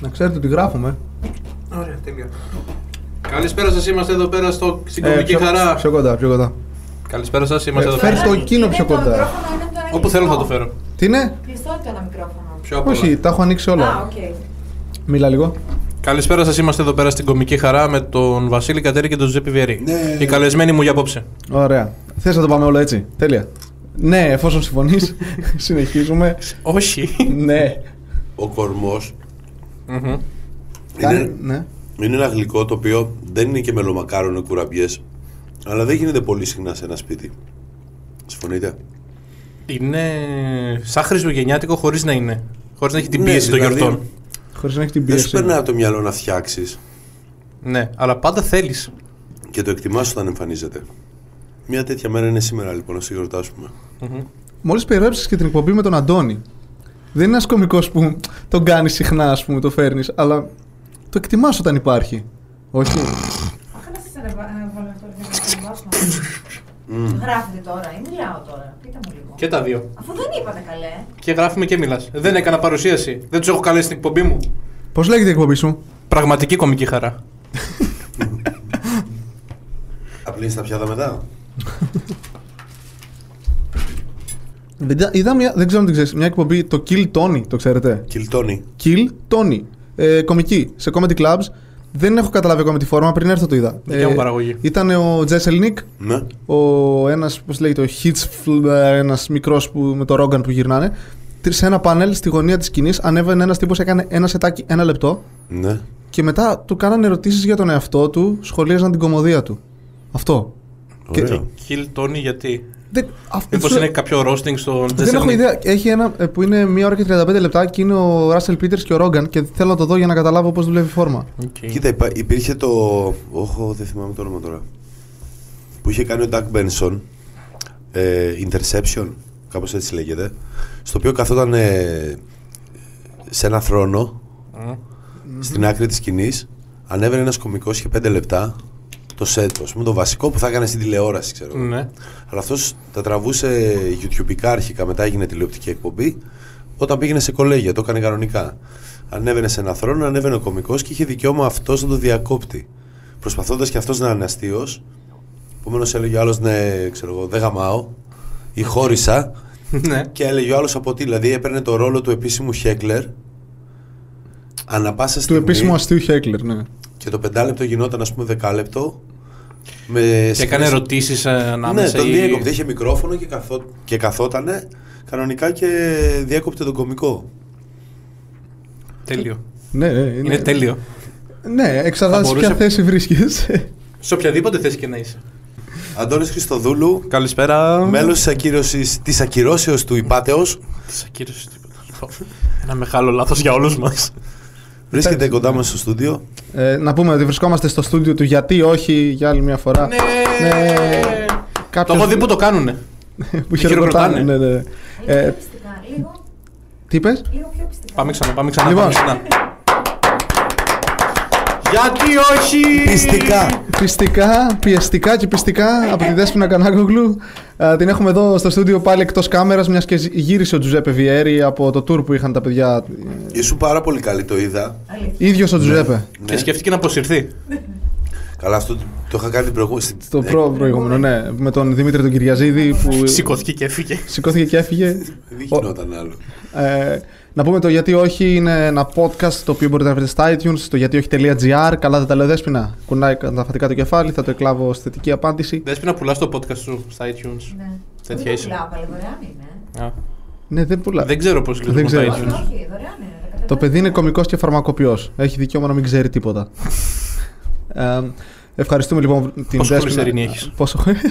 Να ξέρετε ότι γράφουμε. Ωραία, τέλεια. Καλησπέρα σας, είμαστε εδώ πέρα στο, στην κομική Ε, πιο, χαρά. πιο κοντά, πιο κοντά. Καλησπέρα σας, είμαστε Ε, εδώ φέρ' πέρα. το εκείνο πιο κοντά. Όπου θέλω θα το φέρω. Τι είναι? Κλειστό το ένα μικρόφωνο. Πιο απ' Όχι, όλα. τα έχω ανοίξει όλα. Α, οκ. Μιλά λίγο. Καλησπέρα σας, είμαστε εδώ πέρα στην κομική χαρά με τον Βασίλη Κατέρη και τον Ζέπι Βιερή. Ναι. Οι καλεσμένοι μου για απόψε. Ωραία. Θες να το πάμε όλο έτσι. Τέλεια. Ναι, εφόσον συμφωνείς, συνεχίζουμε. Όχι. ναι. Ο κορμός Κάνε- είναι, ναι. είναι ένα γλυκό το οποίο δεν είναι και μελομακάρονο κουραμπιές, αλλά δεν γίνεται πολύ συχνά σε ένα σπίτι. Συμφωνείτε. Είναι σαν χριστουγεννιάτικο χωρίς να είναι. Χωρίς να έχει την Ναι, πίεση των δηλαδή, γιορτών. Χωρίς να έχει την Δεν σου πίεση. περνάει από το μυαλό να φτιάξεις Ναι, αλλά πάντα θέλεις. και το εκτιμάς όταν εμφανίζεται. Μια τέτοια μέρα είναι σήμερα λοιπόν, να σε γιορτάσουμε. Μόλι περιγράψει και την εκπομπή με τον Αντώνη. Δεν είναι ένας κωμικός που τον κάνεις συχνά, ας πούμε, το φέρνεις, αλλά το εκτιμάς όταν υπάρχει. Όχι. Αχ, να σας ανεβα- αναβάλω το Γράφετε τώρα ή μιλάω τώρα. Πείτε μου λίγο. Και τα δύο. Αφού δεν είπατε καλέ. Και γράφουμε και μιλάς. Δεν έκανα παρουσίαση. Δεν τους έχω καλέσει στην εκπομπή μου. Πώς λέγεται η εκπομπή σου, Πραγματική κομική χαρά. Απλή τα πιάτα μετά. Δεν τα- Είδα μια, δεν ξέρω αν την ξέρεις, μια εκπομπή, το Kill Tony, το ξέρετε. Κιλτώνει. Kill Tony. Ε, κομική, σε comedy clubs. Δεν έχω καταλάβει ακόμα τη φόρμα, πριν έρθω το είδα. Ε, Δικιά μου παραγωγή. Ήταν ο Τζέσελνικ, Ναι. ο ένας, πώς λέγεται, ο Hitchfl, ένας μικρός με το Ρόγκαν ε, που γυρνάνε. Τι- Σε ένα πάνελ στη γωνία της σκηνής ανέβαινε ένας τύπος, έκανε ένα σετάκι ένα λεπτό Ναι. και μετά του κάνανε ερωτήσεις για τον εαυτό του, σχολίαζαν την κομμωδία του. Αυτό. Ωραία. Kill Tony γιατί. Δεν, αυτό Μήπως Ε, είναι κάποιο roasting στον Δεν Τζέσσερ έχω Νικ. ιδέα. Έχει ένα ε, που είναι 1 ώρα και 35 λεπτά και είναι ο Ράσελ Πίτερ και ο Ρόγκαν και θέλω να το δω για να καταλάβω πώς δουλεύει η φόρμα. Οκ. Κοίτα, υπά- υπήρχε το. Όχι, δεν θυμάμαι το όνομα τώρα. Που είχε κάνει ο Ντακ Μπένσον. Ε, Interception, κάπως έτσι λέγεται. Στο οποίο καθόταν ε, σε ένα θρόνο Μμμ. στην άκρη της σκηνής. Ανέβαινε ένας κωμικός και πέντε λεπτά το σετ του. ας πούμε, Το βασικό που θα έκανε στην τηλεόραση, ξέρω. εγώ. Ναι. Αλλά αυτός τα τραβούσε YouTube αρχικά, μετά έγινε τηλεοπτική εκπομπή. Όταν πήγαινε σε κολέγια, το έκανε κανονικά. Ανέβαινε σε ένα θρόνο, ανέβαινε ο κωμικός και είχε δικαίωμα αυτός να το διακόπτει. Προσπαθώντας και αυτός να είναι αστείος. Επομένως έλεγε ο άλλος, ναι, ξέρω εγώ, δεν γαμάω. Ή χώρισα. ναι. Και έλεγε ο άλλος από τι. Δηλαδή έπαιρνε το ρόλο του επίσημου χέκλερ. Ανά πάσα Του στιγμή. επίσημου αστείου Χέκλερ, ναι. Και το πεντάλεπτο γινόταν, ας πούμε, δεκάλεπτο. Με Και έκανε σκηνές- ερωτήσει ανάμεσα. ναι, τον ή- διέκοπτε. Είχε μικρόφωνο και, καθό... και καθότανε κανονικά και διέκοπτε τον κωμικό. Τέλειο. Ναι, ε, είναι, Είναι τέλειο. Ναι, εξαρτάται Θα σε μπορούσε- ποια θέση βρίσκεσαι. Σε οποιαδήποτε θέση και να είσαι. Αντώνης Χριστοδούλου, Καλησπέρα. μέλος της, ακύρωσης, της ακυρώσεως του Υπάτεως, Της ακύρωσης τίποτα. Ένα μεγάλο λάθος για όλους μας. βρίσκεται κοντά μας στο στούντιο. Ε, να πούμε ότι βρισκόμαστε στο στούντιο του γιατί όχι για άλλη μια φορά. Ναι. Ναι! Το Κάποιος- έχω δει που το κάνουνε. που χειροκροτάνε. χειροκροτάνε. Ναι, ναι. Λίγο πιο Ε, πιστικά. Λίγο, τι είπες, λίγο πιο πιστικά. Πάμε ξανά, πάμε ξανά. Λοιπόν. Πάμε ξανά. Γιατί Ε. όχι! Πιστικά! Πιστικά, πιεστικά και πιστικά από τη Δέσποινα Κανάκογλου. Ε, την έχουμε εδώ στο στούντιο πάλι εκτός κάμερας, μιας και γύρισε ο Τζουζέπε Βιέρη από το tour που είχαν τα παιδιά. Ήσουν πάρα πολύ καλή, το είδα. Ναι. Αλήθεια. ίδιο Ναι. ο Τζουζέπε. Και σκέφτηκε να αποσυρθεί. Καλά, αυτό το είχα κάνει την προηγούμενη. Στο προ- προηγούμενο, ναι. Με τον Δημήτρη τον Κυριαζίδη που Σηκώθηκε και έφυγε. σηκώθηκε και έφυγε. Δεν γινόταν άλλο. Ε, να πούμε το Γιατί Όχι είναι ένα podcast το οποίο μπορείτε να βρείτε στα iTunes, στο γιατί όχι.gr. Καλά δεν τα λέω δέσποινα. Κουνάει καταφατικά το κεφάλι, θα το εκλάβω ως θετική απάντηση. Δέσπι να πουλάς το podcast σου στα iTunes. Ναι. Τέτοια Δεν είσαι. πουλάω, αλλά δωρεάν είναι. Α, Ναι, δεν πουλά. Δεν ξέρω πώς λειτουργούν τα ξέρω. Όχι, iTunes. όχι, δωρεάν είναι. τα Το παιδί είναι καταλαβαίνω. κωμικός και φαρμακοποιός. Έχει δικαίωμα να μην ξέρει τίποτα. ε, ευχαριστούμε λοιπόν την Πόσο Δέσποινα. χολυστερίνη έχεις? Πόσο... Σταμάτα.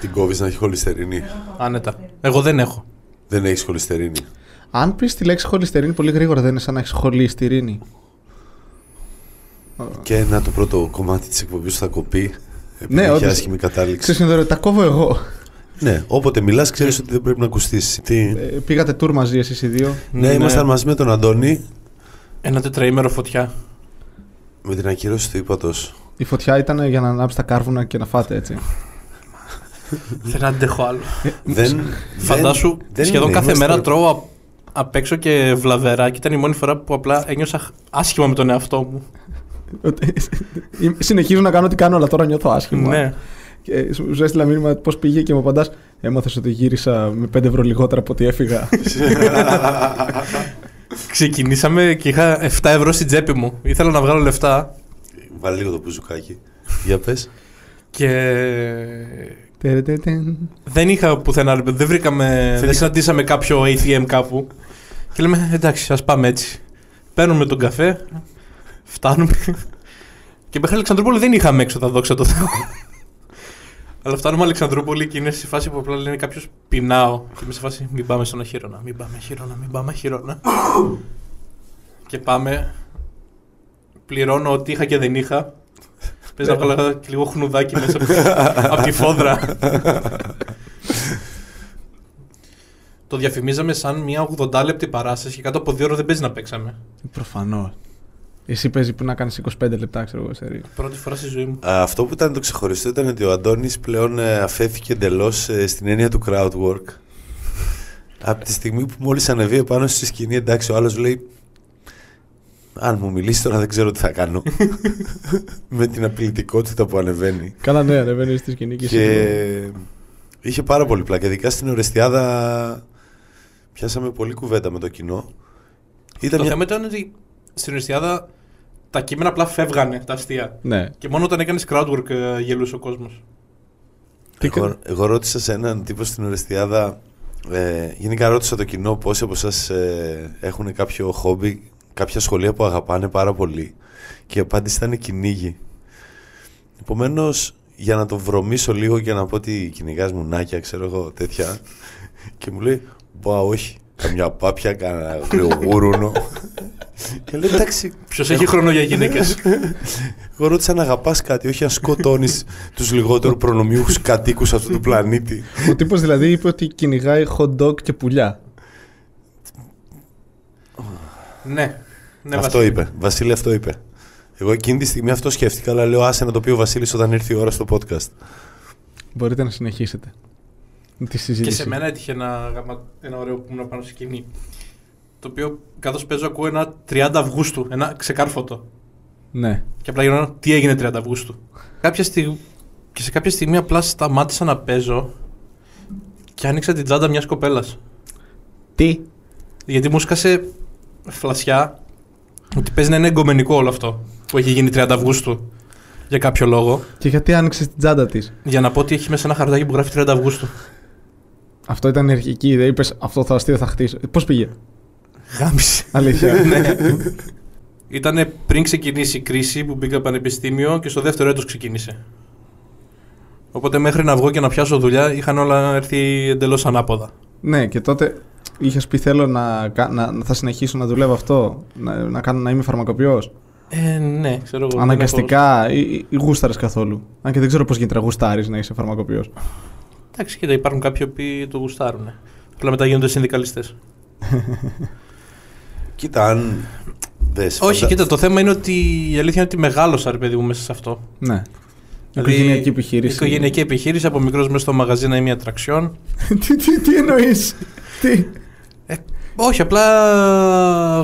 Την κόβεις να έχει χολυστερίνη. Άνετα. Εγώ δεν έχω. Δεν έχεις χολυστερίνη. Αν πεις τη λέξη χολυστερίνη πολύ γρήγορα, δεν είναι σαν να έχεις χολυστερίνη. Και να το πρώτο κομμάτι της εκπομπής που θα κοπεί. Ναι, Ναι, όντως. άσχημη κατάληξη. Ξέρεις, είναι δωρεάν, τα κόβω εγώ. Ναι, όποτε μιλάς, ξέρεις ότι δεν πρέπει να ακουστείς. Τι. Ε, πήγατε τουρ μαζί εσείς οι δύο. ναι, ήμασταν μαζί με τον Αντώνη Ένα τετραήμερο φωτιά. με την ακύρωση του ύπατο. Η φωτιά ήταν για να ανάψει τα κάρβουνα και να φάτε έτσι. Δεν αντέχω άλλο. Δεν. Φαντάσου, δεν- δεν σχεδόν είναι, κάθε είμαστε- μέρα τρώω α- απ' έξω και βλαβερά και ήταν η μόνη φορά που απλά ένιωσα χ- άσχημα με τον εαυτό μου. Ότι- Συνεχίζω να κάνω ό,τι κάνω, αλλά τώρα νιώθω άσχημα. Ναι. Και σου σου έστειλα μήνυμα πώς πήγε και μου απαντάς. Έμαθες ότι γύρισα με 5 ευρώ λιγότερα από ό,τι έφυγα. Ξεκινήσαμε και είχα 7 ευρώ στην τσέπη μου. Ήθελα να βγάλω λεφτά Βάλει λίγο το πουζουκάκι. Για πες. και Τερετετεν. δεν είχα πουθενά. ρε παιδί, Δεν βρήκαμε. Δεν Θέλεις- συναντήσαμε κάποιο ATM κάπου. Και λέμε εντάξει, ας πάμε έτσι. Παίρνουμε τον καφέ, φτάνουμε. Και μέχρι Αλεξανδρούπολη δεν είχαμε έξω τα δόξα τω Θεώ. Αλλά φτάνουμε Αλεξανδρούπολη και είναι σε φάση που απλά λένε κάποιος πεινάω. Και είμαι σε φάση μην πάμε στον Αχύρωνα, μην πάμε Αχύρωνα, μην πάμε Αχύρωνα. και πάμε. Πληρώνω ό,τι είχα και δεν είχα. Πες να βγάλω και λίγο χνουδάκι μέσα από τη φόδρα. Το διαφημίζαμε σαν μια 80 λεπτή παράσταση και κάτω από δύο ώρες δεν παίζει να παίξαμε. Προφανώς. Εσύ παίζει που να κάνεις 25 λεπτά, ξέρω εγώ, σε ρί. Πρώτη φορά στη ζωή μου. Α, Αυτό που ήταν το ξεχωριστό ήταν ότι ο Αντώνης πλέον ε, αφέθηκε εντελώς στην έννοια του crowd work. Από τη στιγμή που μόλις ανεβεί επάνω στη σκηνή, εντάξει, ο άλλος λέει αν μου μιλήσεις τώρα δεν ξέρω τι θα κάνω. Με την απειλητικότητα που ανεβαίνει. Καλά, ναι, ανεβαίνει στη σκηνή και. Και εσύ. είχε πάρα πολύ πλάκα. Ειδικά στην Ορεστιάδα πιάσαμε πολύ κουβέντα με το κοινό. Ήταν το μια- θέμα ήταν ότι στην Ορεστιάδα τα κείμενα απλά φεύγανε, τα αστεία. Ναι. Και μόνο όταν έκανες crowdwork ε, γελούσε ο κόσμος. Τι Εγώ, κα- εγώ ρώτησα σε έναν τύπο στην Ορεστιάδα. Ε, γενικά ρώτησα το κοινό πόσοι από εσάς έχουν κάποιο χόμπι, κάποια σχολεία που αγαπάνε πάρα πολύ. Και η απάντηση ήταν κυνήγι. Επομένως, για να το βρωμίσω λίγο και να πω ότι κυνηγάς μουνάκια, ξέρω εγώ τέτοια. και μου λέει, Μπα, όχι. Καμιά πάπια, κανένα γριογούρουνο. και λέω, εντάξει, Ποιος έχει χρόνο για γυναίκες. εγώ ρώτησα αν αγαπάς κάτι, όχι αν σκοτώνεις τους λιγότερου προνομιούχους κατοίκους αυτού του πλανήτη. Ο τύπος δηλαδή είπε ότι κυνηγάει hot dog και πουλιά. ναι. ναι. αυτό Βασίλη. είπε. Βασίλη, αυτό είπε. Εγώ εκείνη τη στιγμή αυτό σκέφτηκα, αλλά λέω άσε να το πει ο Βασίλης όταν ήρθε η ώρα στο podcast. Μπορείτε να συνεχίσετε. Τη Και συζήτηση. σε μένα έτυχε ένα, γαμα- ένα ωραίο που ήμουν πάνω στη σκηνή. Το οποίο καθώς παίζω ακούω ένα 30 Αυγούστου, ένα ξεκάρφωτο. Ναι. Και απλά γινόταν τι έγινε 30 Αυγούστου. Κάποια στιγμή, και σε κάποια στιγμή απλά σταμάτησα να παίζω και άνοιξα την τσάντα μιας κοπέλας. Τι. Γιατί μου σκάσε φλασιά ότι παίζει να είναι εγκομενικό όλο αυτό που έχει γίνει 30 Αυγούστου για κάποιο λόγο. Και γιατί άνοιξες την τσάντα της. Για να πω ότι έχει μέσα ένα χαρτάκι που γράφει 30 Αυγούστου. Αυτό ήταν η αρχική ιδέα. Είπες αυτό το αστείο θα χτίσω. Πώς πήγε. Γάμισε. Αλήθεια. Ναι. Ήταν πριν ξεκινήσει η κρίση που μπήκα πανεπιστήμιο και στο δεύτερο έτος ξεκίνησε. Οπότε μέχρι να βγω και να πιάσω δουλειά είχαν όλα έρθει εντελώς ανάποδα. ναι, και τότε είχες πει: Θέλω να, κα- να, να- θα συνεχίσω να δουλεύω αυτό. Να, να, κάνω, να είμαι φαρμακοποιός. Ε, ναι, ξέρω εγώ. Αναγκαστικά ή, ή, ή γούσταρες καθόλου. Αν και δεν ξέρω πώς γίνεται να γουστάρεις να είσαι φαρμακοποιός. δεν έχω- Εντάξει, κοίτα, υπάρχουν κάποιοι που το γουστάρουν. Απλά μετά γίνονται συνδικαλιστές. Κοίτα, αν. Δες, Όχι, φαντα- κοίτα, το θέμα είναι ότι η αλήθεια είναι ότι μεγάλωσα, ρε παιδί μου, μέσα σε αυτό. Ναι. Δηλαδή, οικογενειακή επιχείρηση. Οικογενειακή επιχείρηση, από μικρός μέσα στο μαγαζί να είμαι ατραξιόν. τι τι, τι εννοείς. τι. Όχι, απλά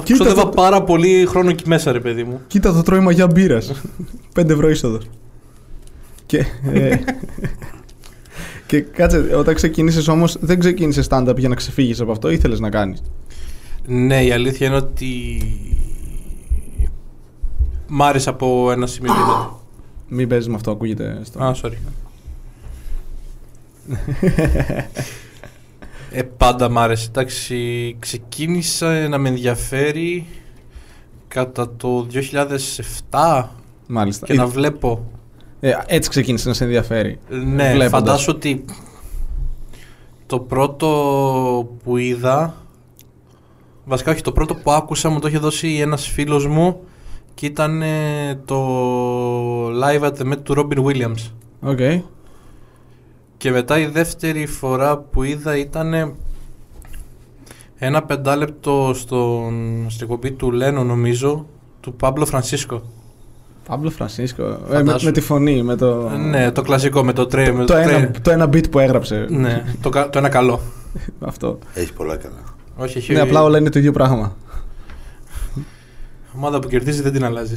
Κοίτα, ξόδευα το- πάρα πολύ χρόνο εκεί μέσα, ρε παιδί μου. Κοίτα το τρώει μαγιά μπύρα. 5 ευρώ είσοδο. Και, ε, και κάτσε, όταν ξεκίνησες όμως, δεν ξεκίνησες stand-up για να ξεφύγεις από αυτό, ήθελε να κάνεις. Ναι, η αλήθεια είναι ότι. Μ' άρεσε από ένα σημείο και μετά. Μην παίζεις με αυτό, ακούγεται στο. Α, sorry. ε, πάντα μ' άρεσε. Εντάξει, ξεκίνησα να με ενδιαφέρει κατά το 2007 Μάλιστα. και να βλέπω. Ε, έτσι ξεκίνησε να σε ενδιαφέρει. Ναι, Βλέποντας. φαντάσου ότι το πρώτο που είδα, βασικά όχι, το πρώτο που άκουσα μου το είχε δώσει ένας φίλος μου και ήταν ε, το live at the Met του Robin Williams. Οκ. Και μετά η δεύτερη φορά που είδα ήταν ένα πεντάλεπτο στον, στην εκπομπή του Λένο νομίζω, του Παύλο Φρανσίσκο. Παύλο Φρανσίσκο. Ε, με, Φαντάσου. με τη φωνή, με το. Ναι, το κλασικό με το ναι. τρέι. το, ένα, το ένα beat που έγραψε. Ναι, το, κα- το ένα καλό. Αυτό. Έχεις πολλά καλά. Όχι, έχει. Ναι, απλά όλα είναι το ίδιο πράγμα. Η ομάδα που κερδίζει δεν την αλλάζεις.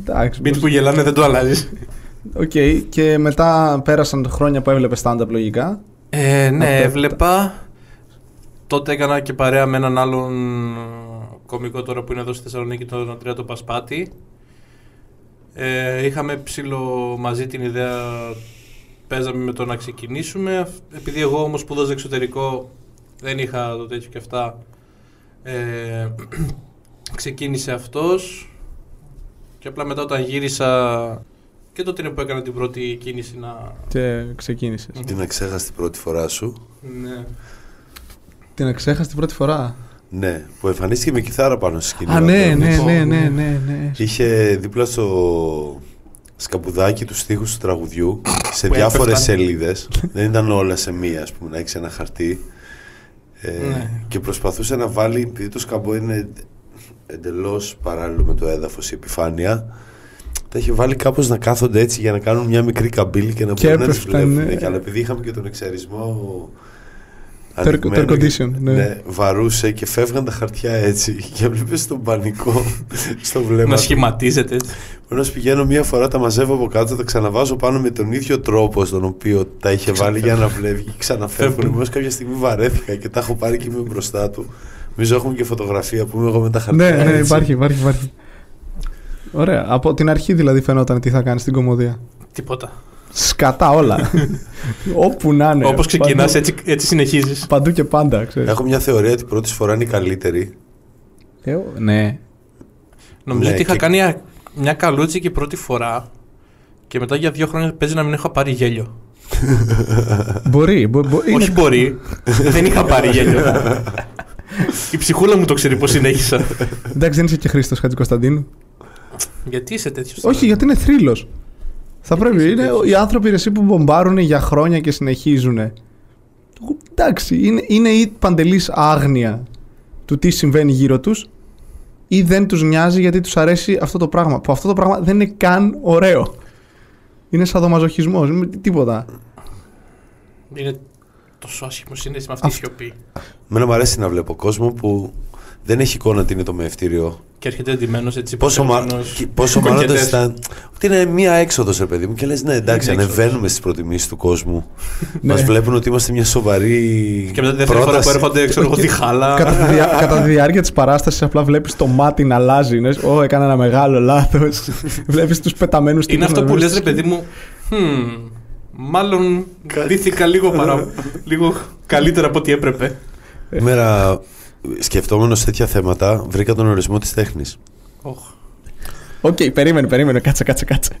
Εντάξει. Μπιτ μπορείς- που γελάνε δεν το αλλάζεις. Οκ, και μετά πέρασαν χρόνια που έβλεπε stand-up λογικά. Ε, ναι, Αυτά- έβλεπα. Τότε έκανα και παρέα με έναν άλλον κωμικό τώρα που είναι εδώ στη Θεσσαλονίκη, τον Αντρέα τον Πασπάτη. Ε, είχαμε ψηλο μαζί την ιδέα, παίζαμε με το να ξεκινήσουμε. Αυ- Επειδή εγώ όμως σπούδαζα εξωτερικό, δεν είχα το τέτοιο και αυτά. Ε, ξεκίνησε αυτός και απλά μετά όταν γύρισα και τότε είναι που έκανα την πρώτη κίνηση να... Και ξεκίνησες. Την εξέχαστη πρώτη φορά σου. Ναι. Την ξέχασα την πρώτη φορά. Ναι, που εμφανίστηκε με κιθάρα πάνω στη σκηνή. Α, ο ναι, Αντώνης. ναι, ναι, ναι, ναι. ναι. Είχε δίπλα στο σκαμπουδάκι τους στίχους του τραγουδιού σε Που διάφορες έπεφταν. σελίδες. Δεν ήταν όλα σε μία, ας πούμε, να έχεις ένα χαρτί. Ε, Ναι. Και προσπαθούσε να βάλει, επειδή το σκαμπό είναι εντελώς παράλληλο με το έδαφος η επιφάνεια, τα είχε βάλει κάπως να κάθονται έτσι για να κάνουν μια μικρή καμπύλη και να Και μπορούν να τις έπεφταν, βλέπουν. ναι. Και, αλλά επειδή είχαμε και τον εξαιρισμό air ανοιγμένο condition, και- ναι. βαρούσε και φεύγαν τα χαρτιά έτσι και βλέπεις τον πανικό στο βλέμμα Να του. σχηματίζεται. έτσι. Ενώ σου πηγαίνω μία φορά, τα μαζεύω από κάτω, τα ξαναβάζω πάνω με τον ίδιο τρόπο στον οποίο τα είχε βάλει για να βλέπει και ξαναφεύγουν. Μόνο κάποια στιγμή βαρέθηκα και τα έχω πάρει και είμαι μπροστά του. Νομίζω έχουμε και φωτογραφία που είμαι εγώ με τα χαρτιά. Ναι, ναι, έτσι. υπάρχει, υπάρχει, υπάρχει. Ωραία. Από την αρχή δηλαδή φαινόταν τι θα κάνεις στην κομμωδία. Τίποτα. Σκατά όλα. Όπου να Ναι, είναι. Όπως ξεκινάς, Παντού- έτσι, έτσι συνεχίζεις. Παντού και πάντα, ξέρεις. Έχω μια θεωρία ότι η πρώτη φορά είναι η καλύτερη. ναι. Νομίζω Ναι, ότι είχα και- κάνει α- μια καλούτσι και πρώτη φορά. Και μετά για δύο χρόνια παίζει να μην έχω πάρει γέλιο. Μπορεί. μπο- μπο- είναι- Όχι μπορεί. δεν είχα πάρει γέλιο. Η ψυχούλα μου το ξέρει πώς συνέχισα. Εντάξει, δεν είσαι και Χρήστος Χατζικοσταντίνου. γιατί είσαι τέτοιος. Όχι, γιατί είναι θρύλος. Θα πρέπει. Είναι οι άνθρωποι ρε, εσύ που μπομπάρουν για χρόνια και συνεχίζουν. Εντάξει, είναι, είναι ή παντελής άγνοια του τι συμβαίνει γύρω τους, ή δεν τους νοιάζει γιατί τους αρέσει αυτό το πράγμα. Που αυτό το πράγμα δεν είναι καν ωραίο. Είναι σαδομαζοχισμό, είναι τίποτα. Είναι τόσο άσχημο σύνδεση με αυτή η Αυτό. σιωπή. Μένα μου αρέσει να βλέπω κόσμο που δεν έχει εικόνα ότι είναι το μεευτήριο. Και έρχεται εντυμένος έτσι. Πόσο, μα... υπερξενός. και- πόσο μάλλον το Κοκκετές. αισθάν- Ότι είναι μία έξοδος, ρε παιδί μου. Και λες, ναι, εντάξει, Είναι έξοδος. ανεβαίνουμε στις προτιμήσεις του κόσμου. Ναι. Μας βλέπουν ότι είμαστε μια σοβαρή. Και μετά τη δεύτερη φορά που πρόταση. έρχονται, ξέρω εγώ, Και- Κατά διχάλα. τη, δια- κατά τη διάρκεια της παράστασης, απλά βλέπεις το μάτι να αλλάζει. Είναι, Ω, έκανα ένα μεγάλο λάθος. βλέπεις τους πεταμένους Είναι αυτό που λες ρε παιδί μου. «Χμ, Μάλλον ντύθηκα λίγο, παρα... λίγο καλύτερα από ό,τι έπρεπε. Μέρα, σκεφτόμενος τέτοια θέματα, βρήκα τον ορισμό της τέχνης. Οχ. Οκ, περίμενε, περίμενε. Κάτσε, κάτσε, κάτσε.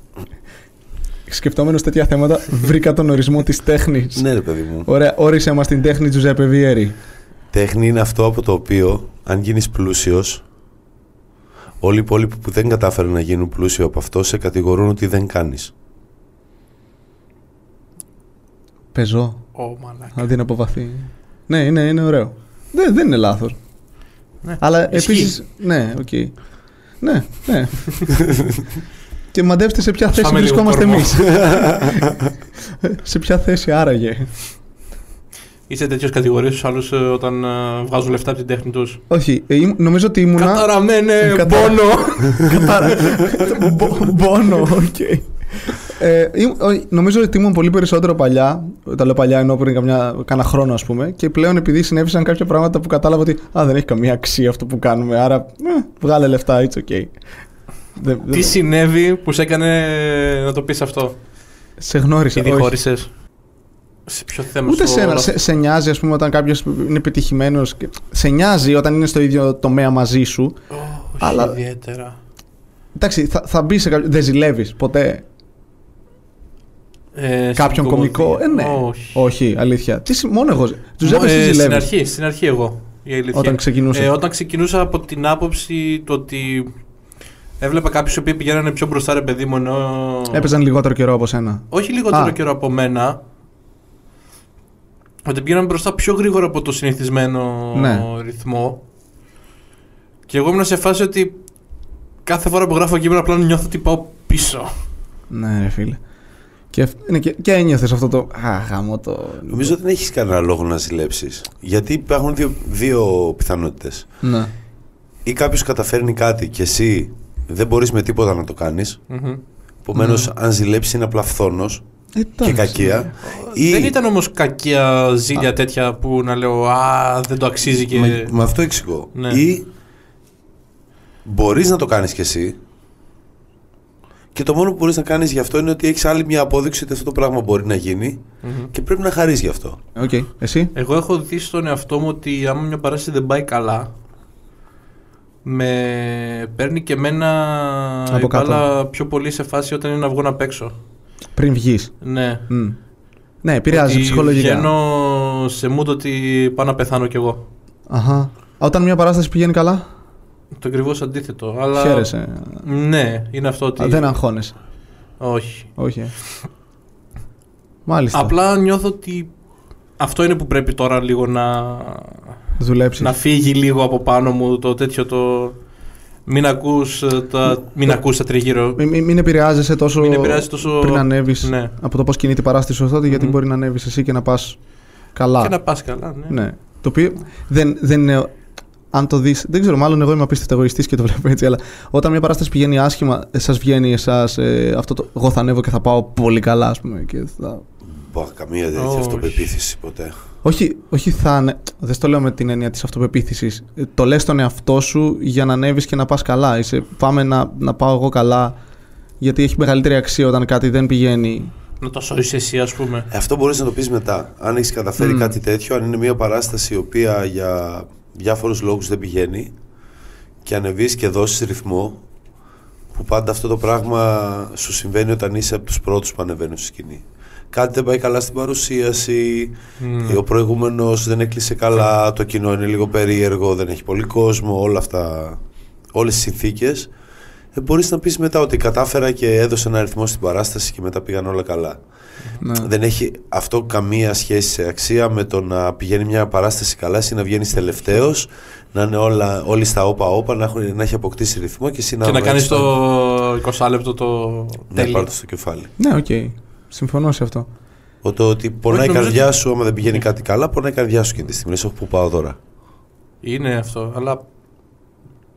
Σκεφτόμενο τέτοια θέματα, βρήκα τον ορισμό της τέχνης. Ναι, ρε παιδί μου. Ωραία, όρισε μας την τέχνη Τζουζέπε Βιέρη. Τέχνη είναι αυτό από το οποίο, αν γίνεις πλούσιος, όλοι οι υπόλοιποι που δεν κατάφεραν να γίνουν πλούσιοι από αυτό, σε κατηγορούν ότι δεν κάνεις. Πεζό. Ω, μαλάκα. Αντί να αποβαθεί. Ναι, είναι, είναι ωραίο. Δεν, δεν είναι λάθος. Ναι. Αλλά Ισχύει. επίσης. Ναι, οκ. Ναι, ναι. Και μαντέψτε σε ποια θέση Φάμε λίγο βρισκόμαστε εμεί. κορμό. σε ποια θέση άραγε. Είσαι τέτοιος κατηγορίε στους άλλους όταν ε, βγάζουν λεφτά από την τέχνη τους. Όχι, ε, ήμ- νομίζω ότι ήμουνα. Καταραμένε, Κατα- πόνο. Κατάρα. Μπο- Μπόνο, οκ. Ε, ήμ- ό, νομίζω ότι ήμουν πολύ περισσότερο παλιά. Τα λέω παλιά ενώ πριν καμιά, κάνα χρόνο, ας πούμε. Και πλέον επειδή συνέβησαν κάποια πράγματα που κατάλαβα ότι α, δεν έχει καμία αξία αυτό που κάνουμε. Άρα ε, βγάλε λεφτά, it's okay. Δεν- Τι δεν- συνέβη που σε έκανε ε, να το πεις αυτό, σε γνώρισα. Επειδή όχι. χώρισες. Σε ποιο θέμα Ούτε στο σε, ένα, όλο σε, σε νοιάζει, ας πούμε, όταν κάποιος είναι πετυχημένο. Σε νοιάζει όταν είναι στο ίδιο τομέα μαζί σου. αυτό? Όχι Αλλά- ιδιαίτερα. Εντάξει, θα, θα μπει σε κάποιο. Δεν ζηλεύεις ποτέ. Ε, στην κάποιον κομμωδία. κομικό. Ε, ναι. Όχι. αλήθεια. Τι, συ- μόνο εγώ. Τους Μο- ε, ζηλεύει. στην αρχή, στην αρχή εγώ. Η αλήθεια. Όταν ξεκινούσα. Ε, όταν ξεκινούσα από την άποψη του ότι έβλεπα κάποιους οι οποίοι πηγαίνανε πιο μπροστά, ρε παιδί μου, ενώ. Έπαιζαν λιγότερο καιρό από σένα. Όχι λιγότερο Α. καιρό από μένα. Ότι πήγαμε μπροστά πιο γρήγορα από το συνηθισμένο Ναι. ρυθμό. Και εγώ ήμουν σε φάση ότι κάθε φορά που γράφω κείμενα απλά νιώθω ότι πάω πίσω. Ναι, ρε φίλε. Και, αυ- ναι, και, και ένιωθες αυτό το. Α, γαμώ το. Νομίζω ότι δεν έχεις κανένα λόγο να ζηλέψεις. Γιατί υπάρχουν δύο, δύο πιθανότητες. Ναι. Ή κάποιος καταφέρνει κάτι και εσύ δεν μπορείς με τίποτα να το κάνεις. Μμμ. Επομένως, Ναι. αν ζηλέψεις είναι απλά φθόνος και Εντάξει. κακία. Ή... Δεν ήταν όμως κακία ζήλια τέτοια που να λέω Α, δεν το αξίζει και. με, με αυτό εξηγώ. Ναι. Ή μπορείς να το κάνεις κι εσύ. Και το μόνο που μπορείς να κάνεις γι' αυτό είναι ότι έχεις άλλη μια απόδειξη ότι αυτό το πράγμα μπορεί να γίνει Μμμ. και πρέπει να χαρείς γι' αυτό. Οκ, εσύ. Εγώ έχω δει στον εαυτό μου ότι άμα μια παράσταση δεν πάει καλά, με παίρνει και εμένα Από η κάτω. μπάλα πιο πολύ σε φάση όταν είναι να βγω να παίξω. Πριν βγεις. Ναι. Ναι, επηρεάζει Ότι ψυχολογικά. Βγαίνω σε mood ότι πάω να πεθάνω κι εγώ. Αχα. Όταν μια παράσταση πηγαίνει καλά, Το ακριβώς αντίθετο. Αλλά... χαίρεσαι. Ναι, είναι αυτό ότι. Α, Δεν αγχώνεσαι. Όχι. Όχι. ε. Μάλιστα. Απλά νιώθω ότι αυτό είναι που πρέπει τώρα λίγο να Δουλέψεις. να φύγει λίγο από πάνω μου το τέτοιο το. Μην ακούς ε, τα, μην ακούς τα τριγύρω. Μην, μην- μην επηρεάζεσαι τόσο, Μην επηρεάζει τόσο. πριν ανέβεις Ναι. από το πώς κινείται η παράσταση σωστά, γιατί Μμμ. μπορεί να ανέβεις εσύ και να πας καλά. Και να πας καλά, ναι. Ναι. Το οποίο δεν, δεν είναι. Αν το δεις. Δεν ξέρω, μάλλον εγώ είμαι απίστευτα εγωιστής και το βλέπω έτσι, αλλά όταν μια παράσταση πηγαίνει άσχημα, σα βγαίνει εσάς αυτό το. Εγώ θα ανέβω και θα πάω πολύ καλά, ας πούμε. Και θα... Μπα, καμία τέτοια Όχι. αυτοπεποίθηση ποτέ. Όχι, όχι θα. ανε- Δεν στο λέω με την έννοια της αυτοπεποίθησης. Το λες τον εαυτό σου για να ανέβεις και να πας καλά. Είσαι, πάμε να, να πάω εγώ καλά. Γιατί έχει μεγαλύτερη αξία όταν κάτι δεν πηγαίνει. Να το σώσεις εσύ, ας πούμε. Ε, Αυτό μπορείς να το πεις μετά. Αν έχεις καταφέρει Μμμ. κάτι τέτοιο, αν είναι μια παράσταση η οποία για διάφορους λόγους δεν πηγαίνει και ανεβείς και δώσεις ρυθμό, που πάντα αυτό το πράγμα σου συμβαίνει όταν είσαι από τους πρώτους που ανεβαίνουν στη σκηνή. Κάτι δεν πάει καλά στην παρουσίαση, ο προηγούμενος δεν έκλεισε καλά, το κοινό είναι λίγο περίεργο, δεν έχει πολύ κόσμο, όλα αυτά. Όλες τι συνθήκες. Ε, μπορείς να πεις μετά ότι κατάφερα και έδωσα ένα αριθμό στην παράσταση και μετά πήγαν όλα καλά. Ναι. Δεν έχει αυτό καμία σχέση σε αξία με το να πηγαίνει μια παράσταση καλά, εσύ να βγαίνεις τελευταίος, να είναι όλα, όλοι στα όπα όπα, να, έχουν, να έχει αποκτήσει ρυθμό και εσύ να. και να έχεις κάνεις το 20 λεπτό το Να τέλειο. πάρεις στο κεφάλι. Ναι, οκ. Συμφωνώ σε αυτό. Ο, το ότι πονάει η νομίζω Ναι. καρδιά σου, άμα δεν πηγαίνει κάτι καλά, πονάει η καρδιά σου εκείνη τη στιγμή. Λες, «Ωχ, πού πάω τώρα. Είναι αυτό, αλλά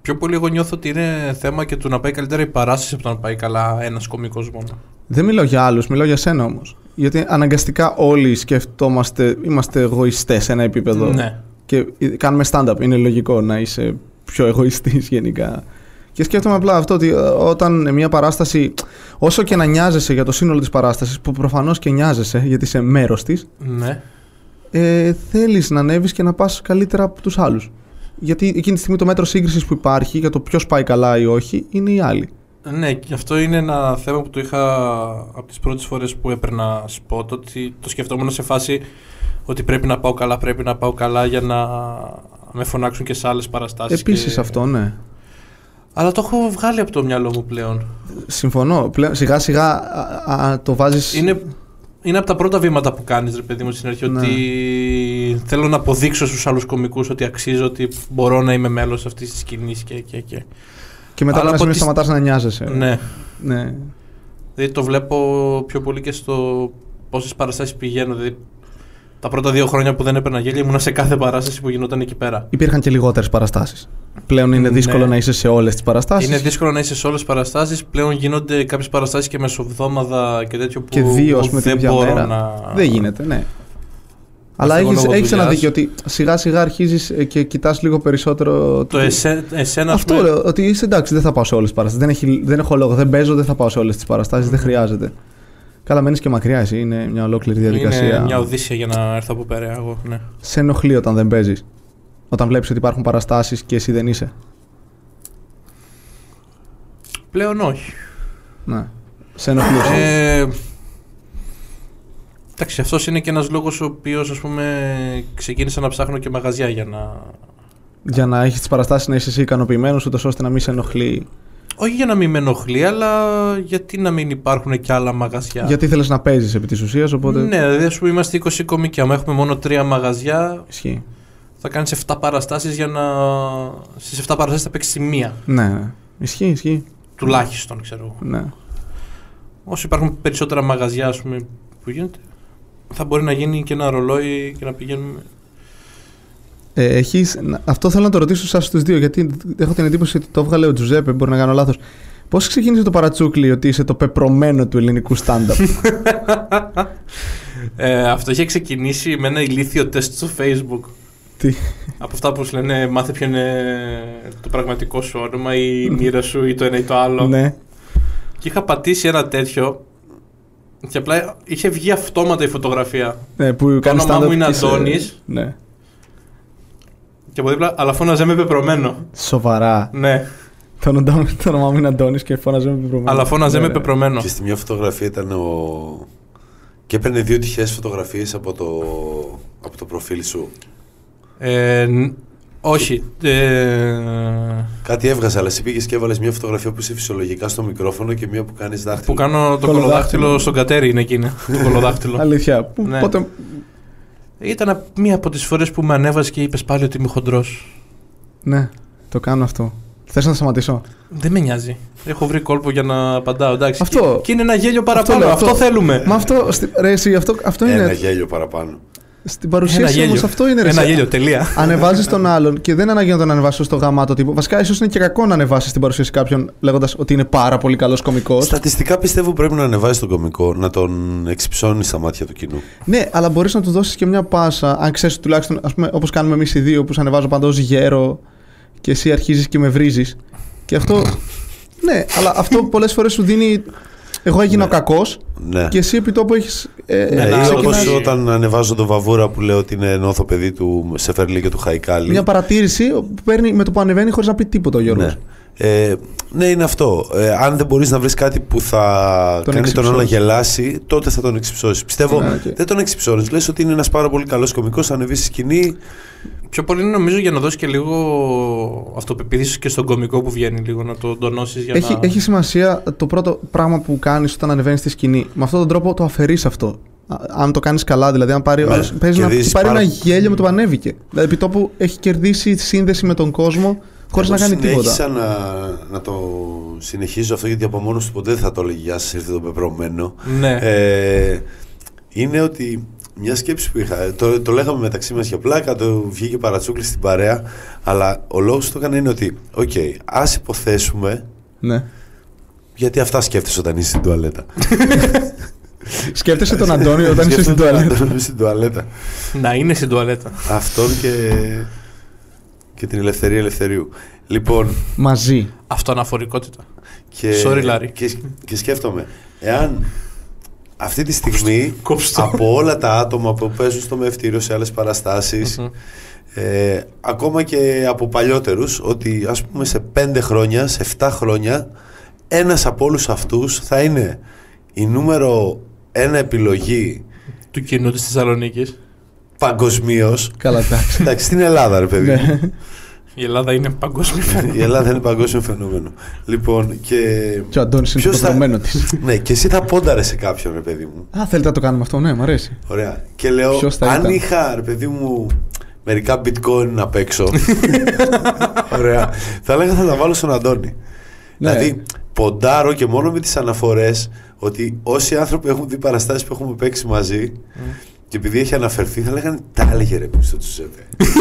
πιο πολύ εγώ νιώθω ότι είναι θέμα και του να πάει καλύτερα η παράσταση από το να πάει καλά ένας κωμικός μόνο. Δεν μιλάω για άλλους, μιλάω για σένα όμως. Γιατί αναγκαστικά όλοι σκεφτόμαστε, είμαστε εγωιστές σε ένα επίπεδο. Ναι. Και ε, κάνουμε stand-up. Είναι λογικό να είσαι πιο εγωιστής γενικά. Και σκέφτομαι απλά αυτό ότι ε, όταν μια παράσταση, όσο και να νοιάζεσαι για το σύνολο της παράστασης, που προφανώς και νοιάζεσαι γιατί είσαι μέρος της, Ναι. ε, θέλεις να ανέβεις και να πας καλύτερα από τους άλλους. Γιατί εκείνη τη στιγμή το μέτρο σύγκρισης που υπάρχει για το ποιος πάει καλά ή όχι είναι οι άλλοι. Ναι, και αυτό είναι ένα θέμα που το είχα από τις πρώτες φορές που έπαιρνα σπότ, ότι το σκεφτόμουν σε φάση ότι πρέπει να πάω καλά, πρέπει να πάω καλά για να με φωνάξουν και σε άλλες παραστάσεις. Επίσης και... αυτό, ναι. Αλλά το έχω βγάλει από το μυαλό μου πλέον. Συμφωνώ. Πλέον, σιγά σιγά α, α, το βάζεις... Είναι, είναι από τα πρώτα βήματα που κάνεις, ρε παιδί μου, στην αρχή, Ναι. ότι θέλω να αποδείξω στους άλλους κομικούς ότι αξίζω, ότι μπορώ να είμαι μέλος αυτής της σκηνής και... και, και. και μετά από αλλά ένα σημείο από τις- σταματάς να νοιάζεσαι. Ναι. Ναι. Δηλαδή το βλέπω πιο πολύ και στο πόσες παραστάσεις πηγαίνω. Δηλαδή, τα πρώτα δύο χρόνια που δεν έπαιρνα γέλια ήμουνα σε κάθε παράσταση που γινόταν εκεί πέρα. Υπήρχαν και λιγότερες παραστάσεις. Πλέον είναι Ναι. δύσκολο να είσαι σε όλες τις παραστάσεις. Είναι δύσκολο να είσαι σε όλες τις παραστάσεις. Πλέον γίνονται κάποιες παραστάσεις και μεσοβδόμαδα και τέτοιο που Και δύο, ας που πούμε, την δεν ίδια μπορώ μέρα. να. Δεν γίνεται, ναι. Αλλά λόγω έχεις, έχεις ένα δουλειάς. δίκιο ότι σιγά σιγά αρχίζεις ε, και κοιτάς λίγο περισσότερο... Το εσέ, εσένα, ας Αυτό πούμε, λέω, ότι είσαι εντάξει, δεν θα πάω σε όλες τις παραστάσεις. Δεν, έχει, δεν έχω λόγο, δεν παίζω, δεν θα πάω σε όλες τις παραστάσεις, δεν χρειάζεται. Καλά, μένεις και μακριά εσύ, είναι μια ολόκληρη διαδικασία. είναι μια οδύσσια για να έρθω από πέρα. Εγώ, ναι. σε ενοχλεί όταν δεν παίζεις. Όταν βλέπεις ότι υπάρχουν παραστάσεις και εσύ δεν είσαι. Πλέον όχι. Ναι. Σε ενοχλεί. Ε, εντάξει, αυτός είναι και ένας λόγος ο οποίος ας πούμε ξεκίνησα να ψάχνω και μαγαζιά για να για να έχεις τις παραστάσεις να είσαι εσύ ικανοποιημένος, ούτως ώστε να μην σε ενοχλεί. Όχι για να μην με ενοχλεί, αλλά γιατί να μην υπάρχουν και άλλα μαγαζιά. Γιατί θέλεις να παίζεις επί της ουσίας, οπότε. Ναι, δηλαδή ας πούμε είμαστε 20 κομικοί. Άμα έχουμε μόνο τρία μαγαζιά, Ισχύει. θα κάνεις 7 παραστάσεις για να. Στις 7 παραστάσεις θα παίξεις μία Ναι, ναι. Ισχύει, ισχύει. τουλάχιστον, ξέρω εγώ. Ναι. Όσο υπάρχουν περισσότερα μαγαζιά ας πούμε, που γίνεται, θα μπορεί να γίνει και ένα ρολόι και να πηγαίνουμε. Ε, έχεις, να- αυτό θέλω να το ρωτήσω εσά τους δύο, γιατί έχω την εντύπωση ότι το έβγαλε ο Τζουζέπε, μπορεί να κάνω λάθος. Πώς ξεκίνησε το παρατσούκλι ότι είσαι το πεπρωμένο του ελληνικού stand-up. Ε, αυτό είχε ξεκινήσει με ένα ηλίθιο τεστ στο Facebook. Τι. Από αυτά που σου λένε μάθε ποιο είναι το πραγματικό σου όνομα ή η μοίρα σου ή το ένα ή το άλλο. ναι. Και είχα πατήσει ένα τέτοιο και απλά είχε βγει αυτόματα η φωτογραφία. ναι, που κάνει όνομά μου stand-up είναι και είσαι- Αντώνης. Ναι. Και από δίπλα, αλλά φώναζε με πεπρωμένο. Σοβαρά. Ναι, Το όνομά μου- το όνομά μου είναι Αντώνης και φώναζε με πεπρωμένο. αλλά φώναζε Ναι, με ναι. πεπρωμένο. Και στη μια φωτογραφία ήταν ο. Και έπαιρνε δύο τυχαίες φωτογραφίες από το... από το προφίλ σου. Ε, ν- όχι. Ε, Κάτι έβγαζε, αλλά εσύ πήγες και έβαλες μια φωτογραφία που είσαι φυσιολογικά στο μικρόφωνο και μια που κάνεις δάχτυλο. που κάνω το Κολοδάχτυλο. κολοδάχτυλο στον κατέρι είναι εκείνη. Το κολοδάχτυλο. Αλήθεια. Που, Ναι. Πότε... Ήταν μία από τις φορές που με ανέβασε και είπες πάλι ότι είμαι χοντρός. ναι, το κάνω αυτό. Θες να σταματήσω. Δεν με νοιάζει. Έχω βρει κόλπο για να απαντάω, εντάξει. Αυτό. Και, και είναι ένα γέλιο παραπάνω. λέω, Αυτό, αυτό. θέλουμε. Μα αυτό, στη- ρε, εσύ, αυτό, αυτό Ένα είναι. γέλιο παραπάνω. Στην παρουσίαση όμω αυτό είναι ρε. Ένα εσύ. γέλιο, τελεία. Ανεβάζεις τον άλλον και δεν αναγκαίνει να τον ανεβάσει στο γαμάτο τύπο. Βασικά, ίσως είναι και κακό να ανεβάσεις την παρουσίαση κάποιον λέγοντας ότι είναι πάρα πολύ καλός κωμικός. Στατιστικά πιστεύω πρέπει να ανεβάζει τον κωμικό, να τον εξυψώνεις στα μάτια του κοινού. Ναι, αλλά μπορείς να του δώσεις και μια πάσα, αν ξέρεις τουλάχιστον, ας πούμε, όπως κάνουμε εμείς οι δύο, που σε ανεβάζω πάντα ως γέρο και εσύ αρχίζεις και με βρίζεις. Και αυτό. ναι, αλλά αυτό πολλές φορές σου δίνει. Εγώ έγινα ο κακός Ναι. και εσύ επί τόπου έχεις. Ε, Ναι, Ένα ή ξεκινάει- όπως όταν ανεβάζω τον Βαβούρα που λέω ότι είναι νόθο παιδί του Σεφερλί και του Χαϊκάλη. μια παρατήρηση που παίρνει με το που ανεβαίνει χωρίς να πει τίποτα ο Γιώργος. Ναι. Ε, ναι, είναι αυτό. Ε, αν δεν μπορείς να βρεις κάτι που θα Τον κάνει τον άλλο να εξυψώσει. γελάσει, τότε θα τον εξυψώσεις. Πιστεύω Ναι, οκ. δεν τον εξυψώνεις. Λες ότι είναι ένας πάρα πολύ καλός κωμικός, θα ανεβείς στη σκηνή. Πιο πολύ είναι νομίζω για να δώσεις και λίγο αυτοπεποίθηση και στον κωμικό που βγαίνει, λίγο να το τονώσεις για Έχει, να. έχει σημασία το πρώτο πράγμα που κάνεις όταν ανεβαίνεις στη σκηνή. Με αυτόν τον τρόπο το αφαιρείς αυτό. Α- Αν το κάνεις καλά, δηλαδή, αν πάρει, Ναι, ναι, παίζεις να, κερδίζεις πάρει πάρα- ένα γέλιο με το που ανέβηκε. Δηλαδή, επί τόπου έχει κερδίσει σύνδεση με τον κόσμο χωρίς Εγώ να κάνει τίποτα. Συνέχισα να, να το συνεχίζω αυτό γιατί από μόνος του ποτέ δεν θα το έλεγε Γεια σας, ήρθε το πεπρωμένο. Ναι. Ε, είναι ότι μια σκέψη που είχα, το, το λέγαμε μεταξύ μας για πλάκα, το βγήκε παρατσούκλι στην παρέα, αλλά ο λόγος που το έκανα είναι ότι, οκ, ας υποθέσουμε Ναι. Γιατί αυτά σκέφτεσαι όταν είσαι στην τουαλέτα. Σκέφτεσαι τον Αντώνη όταν είσαι στην Σκέφτομαι τουαλέτα. Όταν είμαι στην τουαλέτα. Να είναι στην τουαλέτα. Αυτόν και, και την ελευθερία ελευθερίου. Λοιπόν, Μαζί. Αυτοαναφορικότητα. και, Sorry, Larry. και, και σκέφτομαι, εάν αυτή τη στιγμή Κόψτε το. από όλα τα άτομα που παίζουν στο μευτήριο σε άλλες παραστάσεις, Μμμ. ε, ακόμα και από παλιότερους, ότι ας πούμε σε 5 χρόνια, σε 7 χρόνια, ένας από όλους αυτούς θα είναι η νούμερο ένα επιλογή Του κοινού της Θεσσαλονίκης. παγκοσμίως. Καλά, εντάξει. Εντάξει, στην Ελλάδα, ρε παιδί. μου. Ναι. Η Ελλάδα είναι παγκόσμια. Η Ελλάδα είναι παγκόσμιο φαινόμενο. Λοιπόν, και. Και ο Αντώνης είναι το Ποιος θα- πεπρωμένο της. Ναι, και εσύ θα πόνταρε σε κάποιον, ρε παιδί μου. Α, θέλετε να το κάνουμε αυτό, ναι, μου αρέσει. Ωραία. Και λέω, Ποιος θα αν ήταν? είχα, ρε παιδί μου, μερικά bitcoin να παίξω. Ωραία. Θα λέγα θα τα βάλω στον Αντώνη. Ναι. Δηλαδή, ποντάρω και μόνο με τις αναφορές ότι όσοι άνθρωποι έχουν δει παραστάσεις που έχουμε παίξει μαζί Mm. και επειδή έχει αναφερθεί, θα λέγανε Τα έλεγε ρε πίσω του Ζεβέ.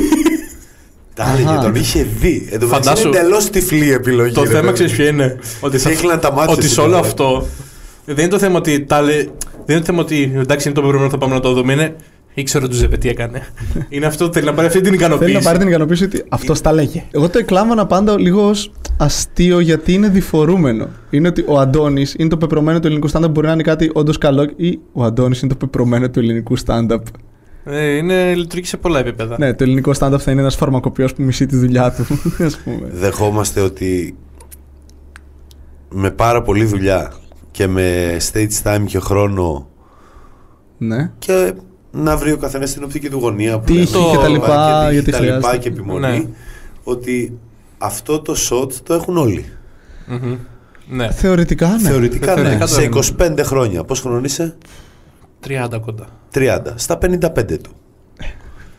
Τα έλεγε, Αχα. τον είχε δει. Εν τω μεταξύ Φαντάσου. είναι εντελώς τυφλή επιλογή. Το ρε θέμα παιδί. ξέρεις ποιο είναι. Ότι, σε- Έκλειναν τα μάτια ότι στην σε όλο τουαλέτα. αυτό. Δεν είναι το θέμα ότι. Τα, λέ- δεν είναι το θέμα ότι. Εντάξει, είναι το προηγούμενο, θα πάμε να το δούμε. Είναι. ήξερε του Ζεπε τι έκανε. είναι αυτό που θέλει να πάρει αυτή την Θέλει ικανοποίηση. να πάρει την ικανοποίηση ότι αυτό τα λέγε. Εγώ το εκλάμβανα πάντα λίγο ως αστείο γιατί είναι διφορούμενο. Είναι ότι ο Αντώνης είναι το πεπρωμένο του ελληνικού stand-up. Μπορεί να είναι κάτι όντως καλό ή ο Αντώνης είναι το πεπρωμένο του ελληνικού stand-up. Ε, είναι, λειτουργεί σε πολλά επίπεδα. Ναι, το ελληνικό stand-up θα είναι ένας φαρμακοποιός που μισεί τη δουλειά του, ας πούμε. Δεχόμαστε ότι με πάρα πολλή δουλειά και με stage time και χρόνο ναι. και να βρει ο καθένας την οπτική του γωνία που Τύχη λέμε, και τα λοιπά, γιατί και τα λοιπά χρειάζεται. και επιμονή Ναι. ότι αυτό το shot το έχουν όλοι. Μμμ. ναι. Θεωρητικά, ναι. Θεωρητικά, Θεωρητικά ναι. το Σε έχουν. 25 χρόνια. Πώς χρονίσαι? 30 κοντά. 30. Στα 55 του.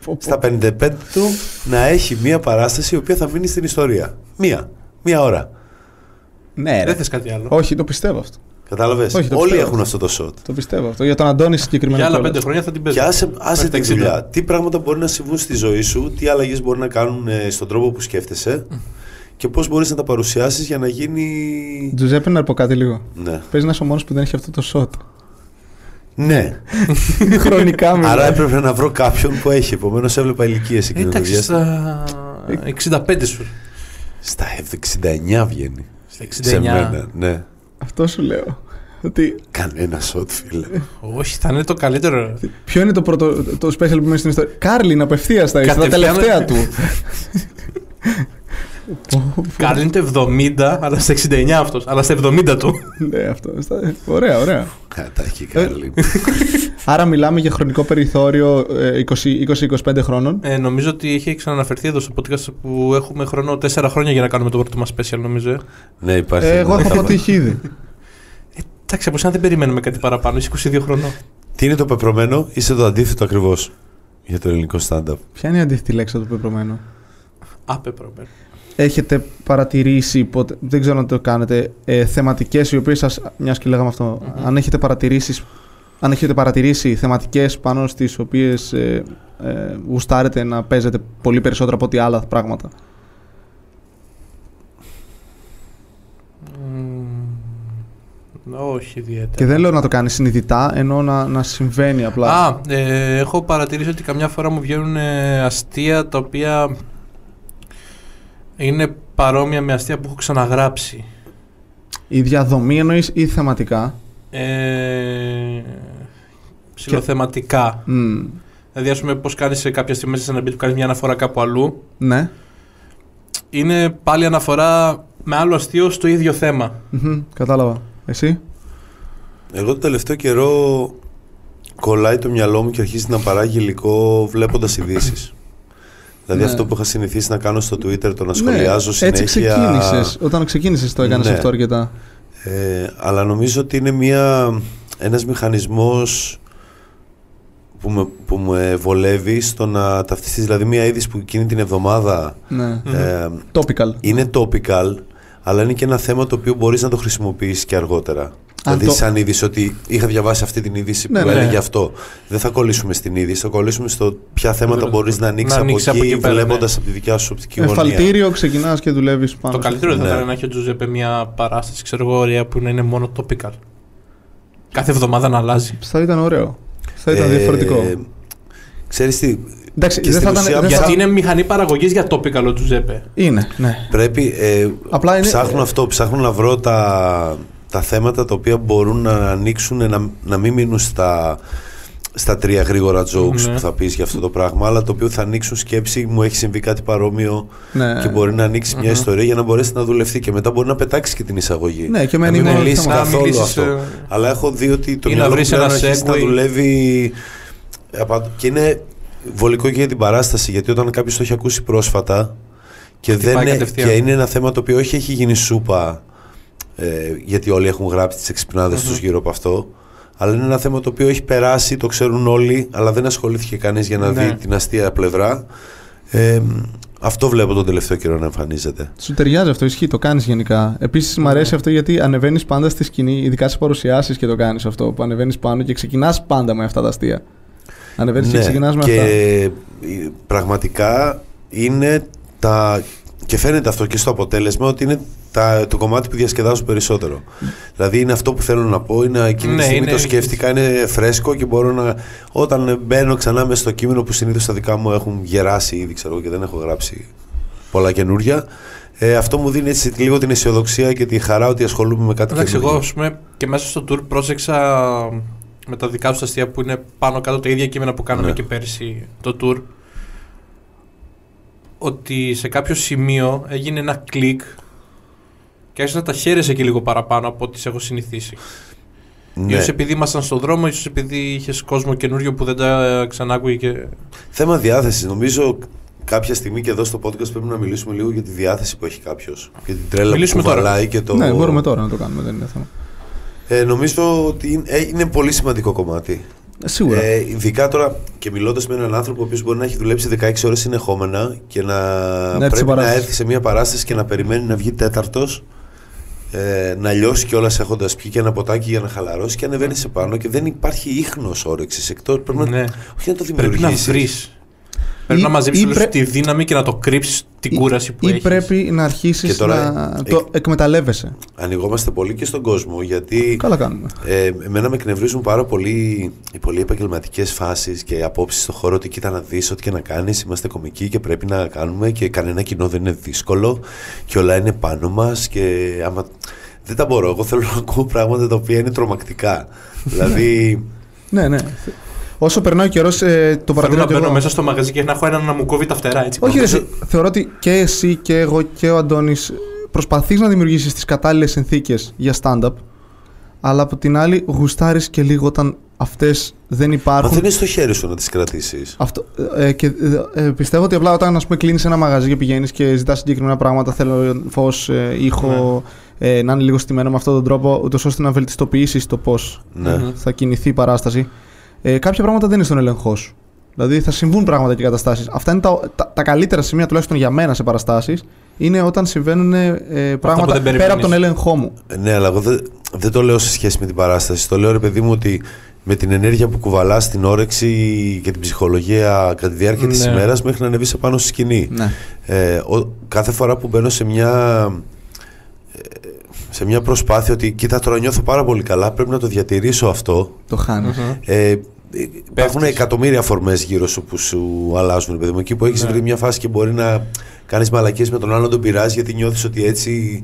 Πω, πω. Στα 55 του να έχει μία παράσταση η οποία θα μείνει στην ιστορία. Μία. Μία ώρα. Ναι, ρε. Δεν θες κάτι άλλο. Όχι, το πιστεύω αυτό. Κατάλαβες. Όχι, το Όλοι πιστεύω. έχουν αυτό το shot. Το πιστεύω αυτό. Για τον Αντώνη συγκεκριμένα. Για άλλα κιόλας. πέντε χρόνια θα την παίζω. Και άσε, άσε τη Μέχρι τα δουλειά. Τι πράγματα μπορεί να συμβούν στη ζωή σου, τι αλλαγές μπορεί να κάνουν ε, στον τρόπο που σκέφτεσαι και πώς μπορείς να τα παρουσιάσεις για να γίνει. Τζουζέπε, να πω κάτι λίγο. Ναι. Παίζει να είσαι ο μόνος που δεν έχει αυτό το shot. Ναι. Χρονικά μιλάω. Άρα έπρεπε να βρω κάποιον που έχει. Επομένως έβλεπα ηλικίες εκείνο το Εντάξει, διάστημα. στα 65 σου. Στα 69 βγαίνει. Στα Σε 69. μένα, ναι. Αυτό σου λέω. Ότι Κανένα σοτ, φίλε. Όχι, θα είναι το καλύτερο. ποιο είναι το πρώτο το special που μένει στην ιστορία. Κάρλιν απευθείας στα ίσια, τα Κατευθείαν- τελευταία του. Πω, πω. Κάρλ είναι το 70, αλλά στα 69 αυτός. Αλλά στα 70 του. ναι, αυτό. στα- Ωραία, ωραία. Κατά έχει καλή. Άρα μιλάμε για χρονικό περιθώριο ε, 20 20-25 χρόνων. Ε, νομίζω ότι έχει ξαναναφερθεί εδώ στο podcast που έχουμε χρόνο 4 χρόνια για να κάνουμε το πρώτο μας special, νομίζω. ε. ναι, υπάρχει. Ε, Εγώ ένα έχω θέμα. αποτύχει ήδη. Εντάξει, από εσένα δεν περιμένουμε κάτι παραπάνω. Είσαι 22 χρονών. Τι είναι το πεπρωμένο, είσαι το αντίθετο ακριβώς για το ελληνικό stand-up. Ποια είναι η αντίθετη λέξη του πεπρωμένου. Άπεπρο, μπε. Έχετε παρατηρήσει ποτέ, δεν ξέρω αν το κάνετε, ε, θεματικές οι οποίες σας, μιας και λέγαμε αυτό, Μμμ. αν, έχετε παρατηρήσεις, αν έχετε παρατηρήσει θεματικές πάνω στις οποίες ε, ε, γουστάρετε να παίζετε πολύ περισσότερο από ό,τι άλλα πράγματα. Μμμ, Όχι ιδιαίτερα. Και δεν λέω να το κάνεις συνειδητά, ενώ να, να συμβαίνει απλά. Α, ε, έχω παρατηρήσει ότι καμιά φορά μου βγαίνουν ε, αστεία τα οποία είναι παρόμοια με αστεία που έχω ξαναγράψει. Η διαδομή εννοείς ή θεματικά. Ε, ψηλοθεματικά. Μμ, Δηλαδή, ας πούμε, πώς κάνεις σε κάποια στιγμή μέσα σε ένα beat που κάνεις μια αναφορά κάπου αλλού. ναι. Είναι πάλι αναφορά με άλλο αστείο στο ίδιο θέμα. Μμμ, κατάλαβα. Εσύ. Εγώ το τελευταίο καιρό κολλάει το μυαλό μου και αρχίζει να παράγει υλικό βλέποντας ειδήσεις. δηλαδή Ναι. αυτό που είχα συνηθίσει να κάνω στο Twitter, το να σχολιάζω ναι, συνέχεια. έτσι ξεκίνησες. Όταν ξεκίνησες το έκανες Ναι. αυτό αρκετά. Ε, αλλά νομίζω ότι είναι μια, ένας μηχανισμός που με, που με βολεύει στο να ταυτιστείς. Δηλαδή μια είδηση που εκείνη την εβδομάδα Ναι. Μμμ. ε, Topical. είναι topical, αλλά είναι και ένα θέμα το οποίο μπορείς να το χρησιμοποιήσεις και αργότερα. δηλαδή, το- σαν είδηση, ότι είχα διαβάσει αυτή την είδηση που Ναι, ναι. έλεγε αυτό. Δεν θα κολλήσουμε στην είδηση, θα κολλήσουμε στο ποια θέματα Δεν- μπορείς να ανοίξεις να από, ανοίξεις από εκεί, εκεί πέρα, βλέποντας ναι. από τη δικιά σου οπτική γωνία. Εφαλτήριο, ξεκινάς και δουλεύεις πάνω. Το στο- καλύτερο δεν θα ναι. ήταν να έχει ο Τζουζέπε μια παράσταση, ξέρω εγώ, ωραία, που να είναι μόνο topical. Κάθε εβδομάδα να αλλάζει. Θα ήταν ωραίο. Θα ήταν Ε, διαφορετικό. Ξέρεις τι, Εντάξει, και δεν θα στην ήταν. ουσία δεν θα- Γιατί είναι μηχανή παραγωγής για topical ο Τζουζέπε. Είναι, ναι. πρέπει, ε, Απλά είναι. Ψάχνω αυτό, ψάχνω να βρω τα, τα θέματα τα οποία μπορούν να ανοίξουν, να, να μην μείνουν στα, στα τρία γρήγορα jokes Ναι. που θα πεις για αυτό το πράγμα, αλλά το οποίο θα ανοίξουν σκέψη, μου έχει συμβεί κάτι παρόμοιο Ναι. και μπορεί να ανοίξει μια Ε. Μμμ. ιστορία για να μπορέσει να δουλευτεί και μετά μπορεί να πετάξει και την εισαγωγή. Ναι, και να μένει μην μόνο το μιλήσει θέμα. Να μην καθόλου μιλήσεις, αυτό. ε, Αλλά έχω δει ότι το Ή να μυαλό μου βρεις πλέον ένα αρχίζει να segue. δουλεύει απα- και είναι βολικό και για την παράσταση γιατί όταν κάποιος το έχει ακούσει πρόσφατα και, Χτυπάει δεν είναι, κατευθείαν. και είναι ένα θέμα το οποίο όχι έχει γίνει σούπα ε, γιατί όλοι έχουν γράψει τις εξυπνάδες τους γύρω από αυτό αλλά είναι ένα θέμα το οποίο έχει περάσει, το ξέρουν όλοι αλλά δεν ασχολήθηκε κανείς για να Ναι. δει την αστεία πλευρά ε, αυτό βλέπω τον τελευταίο καιρό να εμφανίζεται Σου ταιριάζει αυτό, ισχύει, το κάνεις γενικά. Επίσης, μου Ναι. αρέσει αυτό γιατί ανεβαίνεις πάντα στη σκηνή, ειδικά σε παρουσιάσεις και το κάνεις αυτό. Που ανεβαίνεις πάνω και ξεκινάς πάντα με αυτά τα αστεία. Ανεβαίνεις και ξεκινάς με Ναι, και αυτά. ε, πραγματικά είναι τα. και φαίνεται αυτό και στο αποτέλεσμα ότι είναι τα, το κομμάτι που διασκεδάζω περισσότερο. Δηλαδή είναι αυτό που θέλω να πω, είναι εκείνη Ναι, τη στιγμή είναι- το σκέφτηκα, είναι φρέσκο και μπορώ να. Όταν μπαίνω ξανά μέσα στο κείμενο που συνήθως τα δικά μου έχουν γεράσει ήδη, ξέρω εγώ, και δεν έχω γράψει πολλά καινούρια. Ε, αυτό μου δίνει έτσι λίγο την αισιοδοξία και τη χαρά ότι ασχολούμαι με κάτι Εντάξει, εγώ καινούργιο. ας πούμε, και μέσα στο tour πρόσεξα με τα δικά τους αστεία που είναι πάνω κάτω τα ίδια κείμενα που κάναμε Ναι. και πέρσι το tour. Ότι σε κάποιο σημείο έγινε ένα κλικ και άρχισα να τα χαίρεσαι και λίγο παραπάνω από ό,τι σε έχω συνηθίσει. Ναι. Ίσως επειδή ήμασταν στον δρόμο, ίσως επειδή είχες κόσμο καινούριο που δεν τα ε, ξανάκουγε και. Θέμα διάθεση. Νομίζω κάποια στιγμή και εδώ στο podcast πρέπει να μιλήσουμε λίγο για τη διάθεση που έχει κάποιος. Για την τρέλα Μιλήσουμε που τώρα. κουβαλάει και το. Ναι, μπορούμε τώρα να το κάνουμε, δεν είναι θέμα. Ε, νομίζω ότι είναι, ε, είναι πολύ σημαντικό κομμάτι. Σίγουρα. Ε, ειδικά τώρα και μιλώντας με έναν άνθρωπο ο οποίος μπορεί να έχει δουλέψει 16 ώρες συνεχόμενα και να έρθει σε πρέπει να παράσταση. έρθει σε μια παράσταση και να περιμένει να βγει τέταρτος ε, να λιώσει κιόλας έχοντας πιει και ένα ποτάκι για να χαλαρώσει και ανεβαίνει σε πάνω και δεν υπάρχει ίχνος όρεξης. Εκτός πρέπει να, Ναι. όχι να το Πρέπει να δημιουργήσεις. βρεις. Πρέπει Ή- να μαζέψεις ή όλη πρέ- σου τη δύναμη και να το κρύψεις την κούραση που ή έχεις. πρέπει να αρχίσεις Και τώρα, να ε, το εκμεταλλεύεσαι. Ανοιγόμαστε πολύ και στον κόσμο γιατί Καλά κάνουμε. Ε, εμένα με εκνευρίζουν πάρα πολύ οι πολύ επαγγελματικές φάσεις και απόψεις στον χώρο ότι κοίτα να δεις, ό,τι και να κάνεις. Είμαστε κομικοί και πρέπει να κάνουμε και κανένα κοινό δεν είναι δύσκολο και όλα είναι πάνω μας. Και άμα. Δεν τα μπορώ. Εγώ θέλω να ακούω πράγματα τα οποία είναι τρομακτικά. δηλαδή. Ναι, ναι. Όσο περνάει ο καιρός, το Θέλω παρατηρώ να και εγώ. μπαίνω μέσα στο μαγαζί και να έχω έναν να μου κόβει τα φτερά έτσι. Όχι, ρε, εσύ. θεωρώ ότι και εσύ και εγώ και ο Αντώνης προσπαθείς να δημιουργήσεις τις κατάλληλες συνθήκες για stand-up. Αλλά από την άλλη, γουστάρεις και λίγο όταν αυτές δεν Μα υπάρχουν. δεν είναι στο χέρι σου να τις κρατήσεις. Αυτό, ε, και, ε, ε, πιστεύω ότι απλά όταν ας πούμε, κλείνεις ένα μαγαζί και πηγαίνεις και ζητάς συγκεκριμένα πράγματα, θέλω φως, ε, ήχο, Ναι. ε, να είναι λίγο στημένο με αυτόν τον τρόπο, ούτως ώστε να βελτιστοποιήσεις το πώς Ναι. Μμμ. θα κινηθεί η παράσταση. Ε, κάποια πράγματα δεν είναι στον ελεγχό σου. Δηλαδή θα συμβούν πράγματα και καταστάσεις. Αυτά είναι τα, τα, τα καλύτερα σημεία, τουλάχιστον για μένα σε παραστάσεις, είναι όταν συμβαίνουν ε, που πράγματα δεν πέρα από τον περιμένεις. έλεγχό μου. Ναι, αλλά εγώ δεν, δεν το λέω σε σχέση με την παράσταση. Το λέω, ρε παιδί μου, ότι με την ενέργεια που κουβαλάς, την όρεξη και την ψυχολογία κατά τη διάρκεια της τη Ναι. ημέρας μέχρι να ανεβείς επάνω στη σκηνή. Ναι. Ε, ο- κάθε φορά που μπαίνω σε μια, ε, σε μια προσπάθεια ότι κοίτα τώρα νιώθω πάρα πολύ καλά, πρέπει να το διατηρήσω αυτό. Το χάνεις. Ε, ε, υπάρχουν εκατομμύρια φορμές γύρω σου που σου αλλάζουν, ρε παιδί μου. Εκεί που έχεις Ναι. βρει μια φάση και μπορεί να κάνεις μαλακίες με τον άλλον, τον πειράζει γιατί νιώθεις ότι έτσι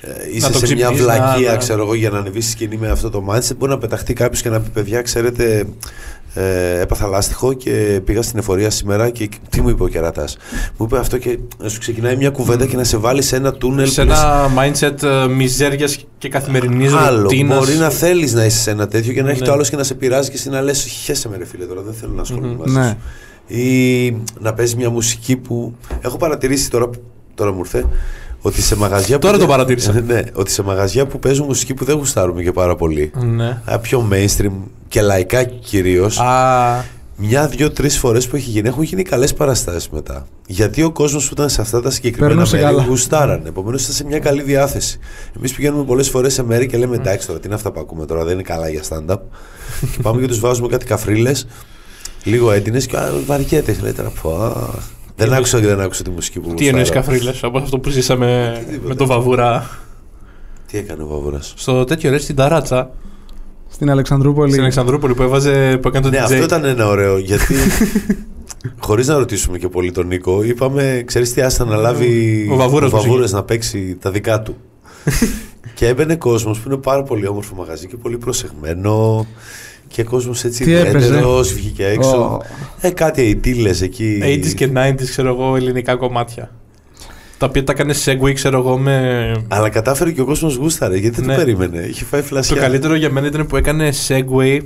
ε, είσαι το σε μια ξυπνήσεις, Ναι, βλακεία, να- να- ξέρω εγώ, για να ανεβεί στη σκηνή με αυτό το mindset. Μπορεί να πεταχτεί κάποιος και να πει: Παιδιά, ξέρετε, ε, έπαθα λάστιχο και πήγα στην εφορία σήμερα και τι μου είπε ο κερατάς. Μου είπε αυτό και σου ξεκινάει μια κουβέντα και να σε βάλει σε ένα τούνελ Mm. Σε που λες, ένα mindset μιζέριας και καθημερινής Άλλο. ρουτίνας. Μπορεί να θέλεις να είσαι σε ένα τέτοιο και να έχει Ναι. το άλλος και να σε πειράζει και εσύ να λες: Χέσαι με ρε φίλε τώρα, δεν θέλω να ασχολούμαι μαζί Ναι. σου. Ή να παίζεις μια μουσική που. Έχω παρατηρήσει τώρα, τώρα μου ήρθε ότι σε μαγαζιά. που Τώρα δεν- το παρατήρησα. ναι, ότι σε μαγαζιά που παίζουν μουσική που δεν γουστάρουμε και πάρα πολύ. Ναι. Α, Πιο mainstream και λαϊκά κυρίως. Α, Μια, δύο, τρεις φορές που έχει γίνει, έχουν γίνει καλές παραστάσεις μετά. Γιατί ο κόσμος που ήταν σε αυτά τα συγκεκριμένα Περνούσε μέρη καλά. γουστάρανε. Επομένως ήταν σε μια καλή διάθεση. Εμείς πηγαίνουμε πολλές φορές σε μέρη και λέμε εντάξει τώρα, τι είναι αυτά που ακούμε τώρα, δεν είναι καλά για stand-up. και πάμε και τους βάζουμε κάτι καφρίλες, λίγο έντινες και α, βαριέται. Λέει τώρα πω. α, Δεν άκουσα και δεν άκουσα τη μουσική που τι γουστάρω». εννοεί καφρίλες, όπως αυτό που ζήσαμε Τίποτα. με τον Βαβούρα. Τι έκανε ο Βαβούρα. Στο τέτοιο ρε στην ταράτσα Στην Αλεξανδρούπολη. στην Αλεξανδρούπολη που έβαζε που έκανε το Ναι, DJ. αυτό ήταν ένα ωραίο γιατί. Χωρίς να ρωτήσουμε και πολύ τον Νίκο, είπαμε, ξέρεις τι, άστα να λάβει Ο Βαβούρας μουσική. Βαβούρας να παίξει τα δικά του. και έμπαινε κόσμος που είναι πάρα πολύ όμορφο μαγαζί και πολύ προσεγμένο. Και κόσμος έτσι Τι έπαιζε? ιδιαίτερο, βγήκε έξω. Ω. Ε, κάτι αιτήλε εκεί. 80s και 90s, ξέρω εγώ, ελληνικά κομμάτια. Τα οποία τα έκανε segue, ξέρω εγώ, με. Αλλά κατάφερε και ο κόσμος γούσταρε γιατί δεν Ναι. το περίμενε. Είχε φάει Το φλασιά. καλύτερο για μένα ήταν που έκανε segue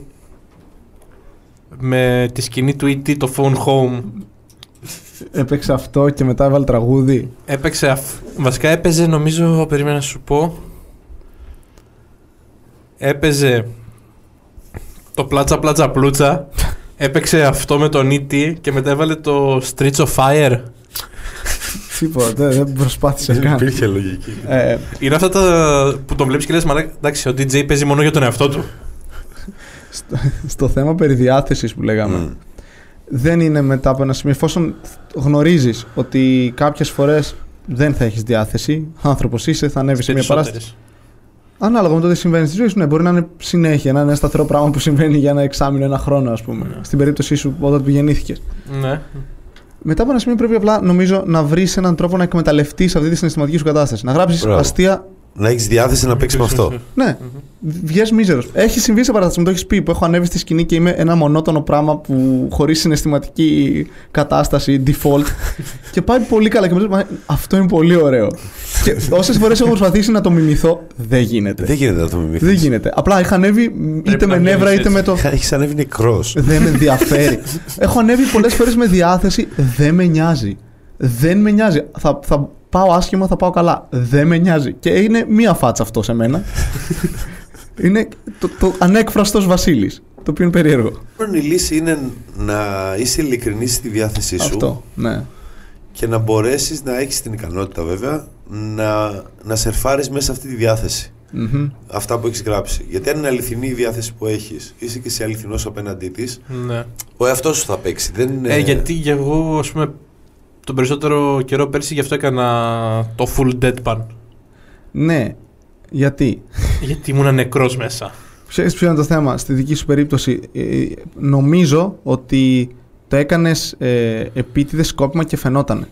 με τη σκηνή του E.T. το Phone Home. Έπαιξε αυτό και μετά έβαλε τραγούδι. Έπαιξε. αφ- Βασικά έπαιζε, νομίζω, περίμενα να σου πω. Έπαιζε το πλάτσα πλάτσα πλούτσα. Έπαιξε αυτό με τον E.T. και μετά έβαλε το Streets of Fire. Τίποτα, δεν προσπάθησε Δεν καν. υπήρχε λογική. Ε, Είναι αυτά τα που τον βλέπεις και λες, μαλάκα. Εντάξει, ο DJ παίζει μόνο για τον εαυτό του. Ναι, στο, στο θέμα περί διάθεσης που λέγαμε, Μμ. δεν είναι μετά από ένα σημείο. Εφόσον γνωρίζεις ότι κάποιες φορές δεν θα έχεις διάθεση, άνθρωπος είσαι, θα ανέβεις σε μια παράσταση. Περισσότερες. Ανάλογα με το τι συμβαίνει στη ζωή σου, ναι, μπορεί να είναι συνέχεια, να είναι ένα σταθερό πράγμα που συμβαίνει για ένα εξάμεινο, ένα χρόνο, ας πούμε. Ναι. Στην περίπτωσή σου, όταν που γεννήθηκες. Ναι. Μετά από ένα σημείο πρέπει απλά, νομίζω, να βρεις έναν τρόπο να εκμεταλλευτείς αυτή τη συναισθηματική σου κατάσταση. Να γράψεις Μπράβο. αστεία. Να έχεις διάθεση να παίξεις με αυτό. Ναι, βγες μίζερος. Έχει συμβεί σε παράσταση, μου το έχεις πει, που έχω ανέβει στη σκηνή και είμαι ένα μονότονο πράγμα που χωρίς συναισθηματική κατάσταση, default. και πάει πολύ καλά. Και μου λες, «Μα, αυτό είναι πολύ ωραίο. και όσες φορές έχω προσπαθήσει να το μιμηθώ, δεν γίνεται. δεν γίνεται να το Δεν μιμηθεί. γίνεται. Απλά είχα ανέβει μ, Πρέπει είτε να με βγαίνεις νεύρα είτε έτσι. με το. Έχεις ανέβει νεκρός. Δεν με ενδιαφέρει. Έχω ανέβει πολλές φορές με διάθεση. Δεν με νοιάζει. Δεν με νοιάζει. Θα, θα πάω άσχημα, θα πάω καλά. Δεν με νοιάζει. Και είναι μία φάτσα αυτό σε μένα. είναι το, το ανέκφραστος Βασίλης. Το οποίο είναι περίεργο. Η λύση είναι να είσαι ειλικρινής στη διάθεσή σου Αυτό. Ναι. και να μπορέσεις να έχεις την ικανότητα βέβαια να, να σερφάρεις μέσα σε αυτή τη διάθεση. Μμμ. Αυτά που έχεις γράψει. Γιατί αν είναι αληθινή η διάθεση που έχεις, είσαι και εσύ αληθινός απέναντί της, Ναι. ο εαυτός σου θα παίξει. Δεν είναι... Ε, γιατί για εγώ, ας πούμε, τον περισσότερο καιρό πέρσι γι' αυτό έκανα το full deadpan. Ναι. Γιατί. γιατί ήμουν νεκρός μέσα. Ξέρεις ποιο είναι το θέμα. Στη δική σου περίπτωση ε, νομίζω ότι το έκανες ε, επίτηδες σκόπιμα και φαινόταν.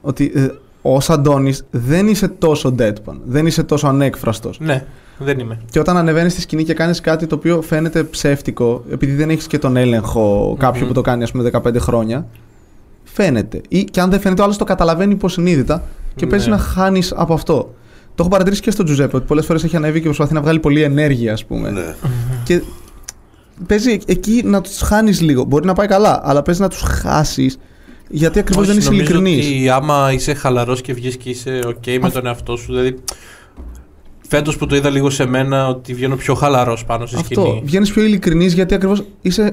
Ότι ε, ως Αντώνης δεν είσαι τόσο deadpan. Δεν είσαι τόσο ανέκφραστος. Ναι, δεν είμαι. Και όταν ανεβαίνεις στη σκηνή και κάνεις κάτι το οποίο φαίνεται ψεύτικο, επειδή δεν έχεις και τον έλεγχο κάποιου Μμμ. που το κάνει ας πούμε 15 χρόνια, φαίνεται. Ή και αν δεν φαίνεται, ο άλλος το καταλαβαίνει υποσυνείδητα και Ναι. παίζει να χάνεις από αυτό. Το έχω παρατηρήσει και στον Τζουζέπε ότι πολλές φορές έχει ανέβει και προσπαθεί να βγάλει πολλή ενέργεια, ας πούμε. Ναι. Και παίζει εκ- εκεί να τους χάνεις λίγο. Μπορεί να πάει καλά, αλλά παίζει να τους χάσεις γιατί ακριβώς Όχι, δεν είσαι νομίζω ειλικρινής. Ότι άμα είσαι χαλαρός και βγεις και είσαι οκ με τον εαυτό σου, δηλαδή. Φέτος που το είδα λίγο σε μένα ότι βγαίνω πιο χαλαρός πάνω στη Αυτό. σκηνή. Βγαίνεις πιο ειλικρινής γιατί ακριβώς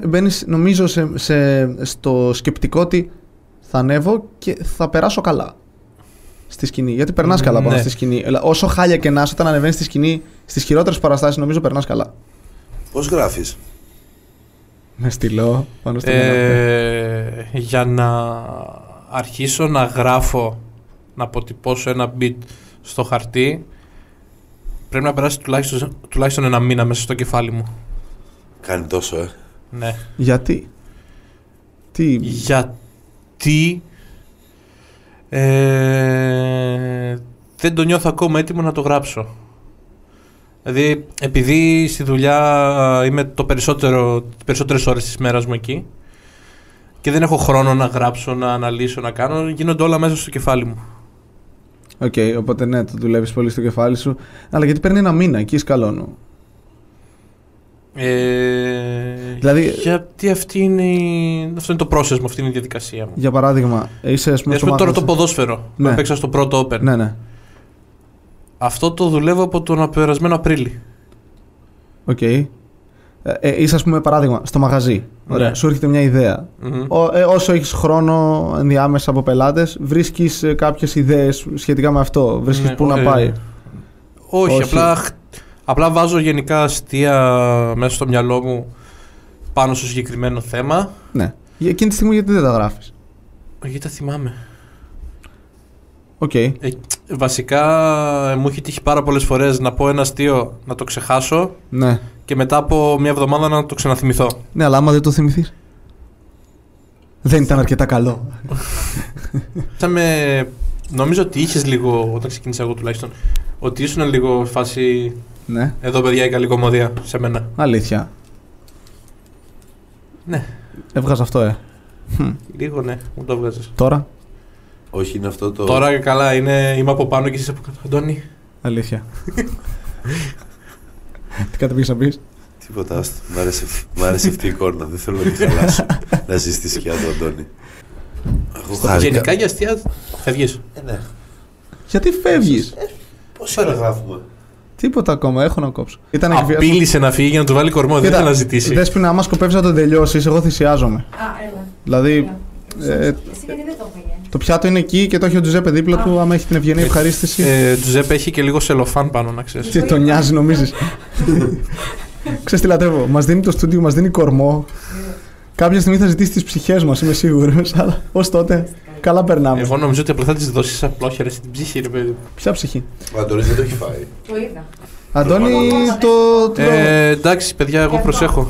μπαίνεις, νομίζω, σε, σε- στο σκεπτικό ότι θα ανέβω και θα περάσω καλά στη σκηνή. Γιατί περνάς Μ, καλά πάνω ναι. στη σκηνή. Αλλά Όσο χάλια και να είσαι, όταν ανεβαίνεις στη σκηνή, στις χειρότερες παραστάσεις, νομίζω περνάς καλά. Πώς γράφεις. Με στυλό πάνω στην ε... Ε, για να αρχίσω να γράφω, να αποτυπώσω ένα beat στο χαρτί, πρέπει να περάσει τουλάχιστον, τουλάχιστον ένα μήνα μέσα στο κεφάλι μου. Κάνει τόσο, ε. Ναι. Γιατί. Τι. Γιατί ε, δεν το νιώθω ακόμα έτοιμο να το γράψω. Δηλαδή, επειδή στη δουλειά είμαι το περισσότερο, τις περισσότερες ώρες της μέρας μου εκεί και δεν έχω χρόνο να γράψω, να αναλύσω, να κάνω, γίνονται όλα μέσα στο κεφάλι μου. Οκ, οπότε ναι, το δουλεύεις πολύ στο κεφάλι σου. Αλλά γιατί παίρνει ένα μήνα, εκεί σκαλώνω. Ε, Δηλαδή- γιατί αυτή είναι, η- αυτό είναι το process μου, αυτή είναι η διαδικασία μου. Ε, Για παράδειγμα, είσαι ας πούμε, Ας στο πούμε τώρα το μάθημα- ποδόσφαιρο Ναι. που παίξα στο πρώτο Open. Ναι, ναι. Αυτό το δουλεύω από τον περασμένο Απρίλη. Οκ. Ε, ε, είσαι, ας πούμε, παράδειγμα, στο μαγαζί. Ωραία. Ναι. Σου έρχεται μια ιδέα. Μμμ. Ο, ε, όσο έχεις χρόνο ενδιάμεσα από πελάτες, βρίσκεις ε, κάποιες ιδέες σχετικά με αυτό. Βρίσκεις Ναι, πού ε, να πάει. Όχι, Όχι. Απλά, χ- απλά βάζω γενικά αστεία μέσα στο μυαλό μου πάνω στο συγκεκριμένο θέμα. Ναι. Για Εκείνη τη στιγμή γιατί δεν τα γράφεις. Γιατί τα θυμάμαι. Οκ. Ε, βασικά ε, μου έχει τύχει πάρα πολλές φορές να πω ένα αστείο, να το ξεχάσω Ναι. και μετά από μια εβδομάδα να το ξαναθυμηθώ. Ναι, αλλά άμα δεν το θυμηθείς. Δεν ήταν αρκετά καλό. Σαν με- Νομίζω ότι είχες λίγο, όταν ξεκίνησα εγώ τουλάχιστον, ότι ήσουν λίγο φάση ναι. εδώ παιδιά η καλή κομμωδία σε μένα. Αλήθεια. Ναι. Έβγαζα αυτό, ε. Χμ. Λίγο ναι, μου το έβγαζες. Τώρα. Όχι, είναι αυτό το. Τώρα καλά, είναι, είμαι από πάνω και εσύ από κάτω. Αντώνη, Αλήθεια. Τι κάτι πήγες να πεις. Τίποτα. άστο. Μ' άρεσε, μ' άρεσε αυτή η εικόνα. Δεν θέλω να τη χαλάσω. να ζει τη σκιά του Αντώνη. Εγώ χάρηκα. Γενικά για αστεία θα βγεις. Ε, ναι. Γιατί φεύγεις. Πόση ώρα γράφουμε. Τίποτα ακόμα, έχω να κόψω. Ήταν Απείλησε να φύγει για να του βάλει κορμό, δεν θα αναζητήσει. Δέσποινα, άμα σκοπεύεις να τον τελειώσεις, εγώ θυσιάζομαι. Α, έλα. Δηλαδή, έλα. ε, Εσύ γιατί δεν το πήγε. το πιάτο είναι εκεί και το έχει ο Τζουζέπε δίπλα του, άμα έχει την ευγενή ευχαρίστηση. Ε, Τζουζέπε έχει και λίγο σελοφάν πάνω, να ξέρεις. Τι τον νοιάζει, νομίζεις. Ξέρεις τι λατρεύω, μας δίνει το στούντιο, μας δίνει κορμό. Κάποια στιγμή θα ζητήσει τις ψυχές μας, είμαι σίγουρος, αλλά ως τότε ε? καλά περνάμε. Εγώ νομίζω ότι απλά θα τη δώσει απλόχερε στην ψυχή, ρε παιδί. μου. Ποια ψυχή. Ο Αντώνης δεν το έχει φάει. Το είδα. Αντώνη, το... το- Ε, εντάξει, παιδιά, εγώ Γι' αυτό. προσέχω.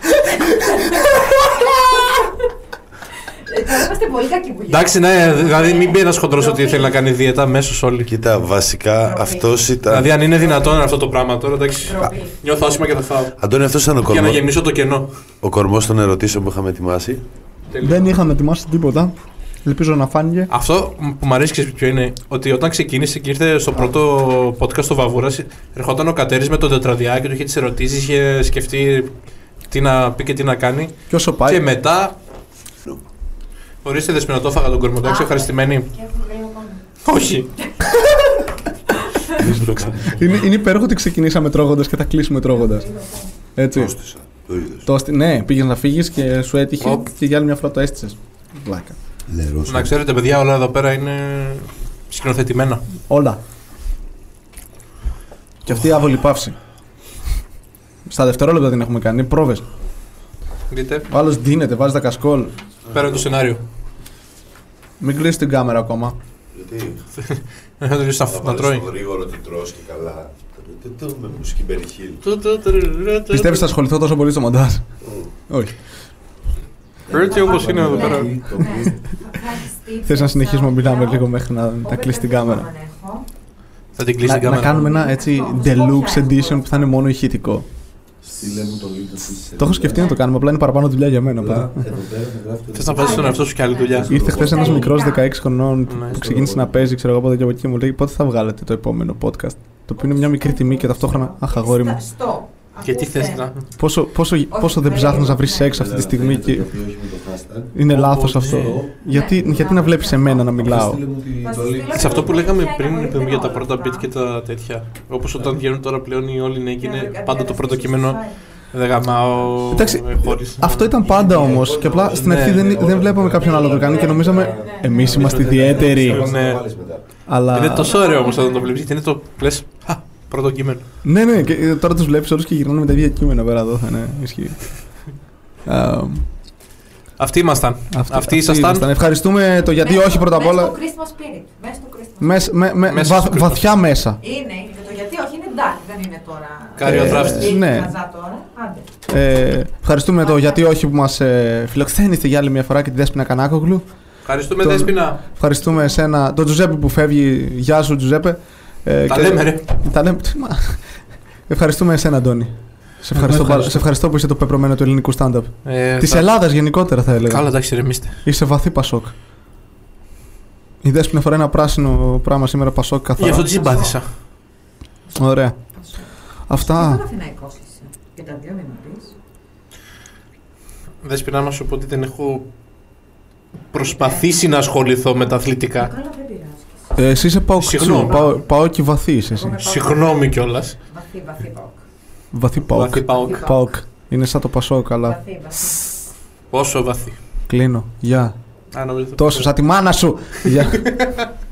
Ε, τώρα Είμαστε πολύ κακοί που Ε, γίναμε. Εντάξει, ναι, δηλαδή μην πει ένας χοντρός ότι θέλει να κάνει δίαιτα αμέσως όλοι. Κοίτα, βασικά Ντροπή. αυτός ήταν. Δηλαδή, αν είναι δυνατόν αυτό το πράγμα τώρα, εντάξει. Ντροπή. Νιώθω άσχημα και θα φάω. Αντώνη, αυτός ήταν ο Για να κορμό. γεμίσω το κενό. Ο κορμός των ερωτήσεων που είχαμε ετοιμάσει. Δεν είχαμε ετοιμάσει τίποτα. Ελπίζω να φάνηκε. Αυτό που μου αρέσει ξέρεις ποιο είναι ότι όταν ξεκίνησε και ήρθε στο πρώτο podcast του Βαβούρα, ερχόταν ο Κατέρης με τον τετραδιάκι του, είχε τις ερωτήσεις, είχε σκεφτεί τι να πει και τι να κάνει. Και όσο πάει. Και μετά. Ορίστε δεσμενωτό, φάγα τον κορμό. Εντάξει, ευχαριστημένοι. Και έχουμε λίγο ακόμα. Όχι. Είναι, είναι υπέροχο ότι ξεκινήσαμε τρώγοντας και θα κλείσουμε τρώγοντας. Έτσι. Κόστησα. Το είδο. Το, άστι- ναι, πήγες να φύγεις και σου έτυχε και για άλλη μια φορά το έστησες. Βλάκα. Λερός. Να ξέρετε, παιδιά, όλα εδώ πέρα είναι σκηνοθετημένα. Όλα. Και αυτή η άβολη παύση. Στα δευτερόλεπτα την έχουμε κάνει. Πρόβες. Δείτε, Ο άλλος δίνεται, βάζει τα κασκόλ. πέραν το σενάριο. Μην κλείσει την κάμερα ακόμα. Γιατί Να το λύσεις να τρώει. γρήγορο τι τρως και καλά. Τι το με μουσική περιχείλ. Πιστεύει θα ασχοληθώ τόσο πολύ στο μοντάζ. Όχι. Έτσι όπως είναι εδώ Ναι. πέρα. Ναι. Θα κάνεις tips, Θε να συνεχίσουμε να θα- μιλάμε λίγο μέχρι να, να Οπότε κλείσει την δεν κάμερα. μπορώ να έχω. Θα την κλείσει Να, την να κάμερα. κάνουμε ένα έτσι deluxe edition που θα είναι μόνο ηχητικό. Στείλε μου το link αυτή τη Το έχω σκεφτεί να το κάνουμε, απλά είναι παραπάνω δουλειά για μένα. Εδώ Οπότε. πέρα με γράφει Θες να βάζεις στον εαυτό σου και άλλη δουλειά. Ήρθε χθες ένας μικρός 16 χρονών Ναι, που στο ξεκίνησε να παίζει, ξέρω εγώ από εδώ και από εκεί και μου λέει πότε θα βγάλετε το επόμενο podcast. Το οποίο είναι μια μικρή τιμή και ταυτόχρονα. Αχ, αγόρι μου. Σταστό. Και τι Ακούστε. θες να... Πόσο, πόσο, πόσο δεν ψάχνεις να βρεις σεξ αυτή τη στιγμή και είναι Ναι. λάθος αυτό. Γιατί, γιατί να βλέπεις εμένα Ε, να μιλάω. Σε αυτό που λέγαμε πριν είπαμε για τα πρώτα beat και τα τέτοια. Όπως όταν βγαίνουν τώρα πλέον οι όλοι Ναι, νέοι και είναι πάντα το πρώτο κείμενο δεν γαμάω, Εντάξει, ε, χωρίς. Αυτό ήταν πάντα όμως. Και απλά στην αρχή δεν, δεν βλέπαμε κάποιον άλλο να το κάνει και νομίζαμε εμείς ναι. είμαστε ιδιαίτεροι. Ναι. Είναι Αλλά. τόσο ωραίο όμως όταν το βλέπεις γιατί είναι το λες «Α, πρώτο κείμενο. Ναι, ναι, και ε, τώρα τους βλέπεις όλους και γυρνάνε με τα ίδια κείμενα πέρα εδώ. Θα είναι ισχύει. Α, Αυτοί ήμασταν. αυτοί- Αυτοί ήμασταν. ήσασταν. Ευχαριστούμε το γιατί όχι πρώτα απ' όλα. Μέσα στο Christmas spirit. Μέσα στο Christmas Μες- με- με- Μέσα βα- στο κρύο. βαθιά μέσα. Είναι, είναι το γιατί όχι, είναι dark, δεν είναι τώρα. Κάρι ο Θράυστης. Είναι Ναι. χαζά τώρα. Άντε. Ε, ευχαριστούμε το γιατί όχι που μας ε, φιλοξένησε για άλλη μια φορά και τη Δέσποινα Κανάκογλου. Ευχαριστούμε Τον- Δέσποινα. Ευχαριστούμε εσένα, τον Τζουζέπε που φεύγει. Γεια σου, Τζουζέπε. Ε, Τα λέμε, ρε. Τα λέμε. τι, μα. Ευχαριστούμε εσένα, Αντώνη. Σε ευχαριστώ, πάρα- σε ευχαριστώ που είσαι το πεπρωμένο του ελληνικού stand-up. Ε, Της θα- Ελλάδας γενικότερα θα έλεγα. Καλά, εντάξει, ρεμίστε. Είσαι βαθύ Πασόκ. Η Δέσποινα φοράει ένα πράσινο πράγμα σήμερα Πασόκ Γι' καθαρά. αυτό τη συμπάθησα. Ωραία. Δεν Αυτά. γράφει να εικόσεις. Και τα δύο μην μου πεις. Δέσποινα να σου πω ότι δεν έχω προσπαθήσει να ασχοληθώ με τα αθλητικά. Καλά, δεν πειράζει. Ε, εσύ είσαι πάω Συγγνώμη. ξύλο. Πάω, πάω και βαθύ είσαι εσύ. Συγγνώμη κιόλας. Βαθύ, βαθύ παόκ. Βαθύ πάω. Βαθύ Πάοκ. Πάοκ. Πάω. Είναι σαν το Πασόκ, αλλά Βαθύ, βαθύ. Πόσο βαθύ. κλείνω. Γεια. Α, νομίζω θα Τόσος, πω. σαν τη μάνα σου. Γεια.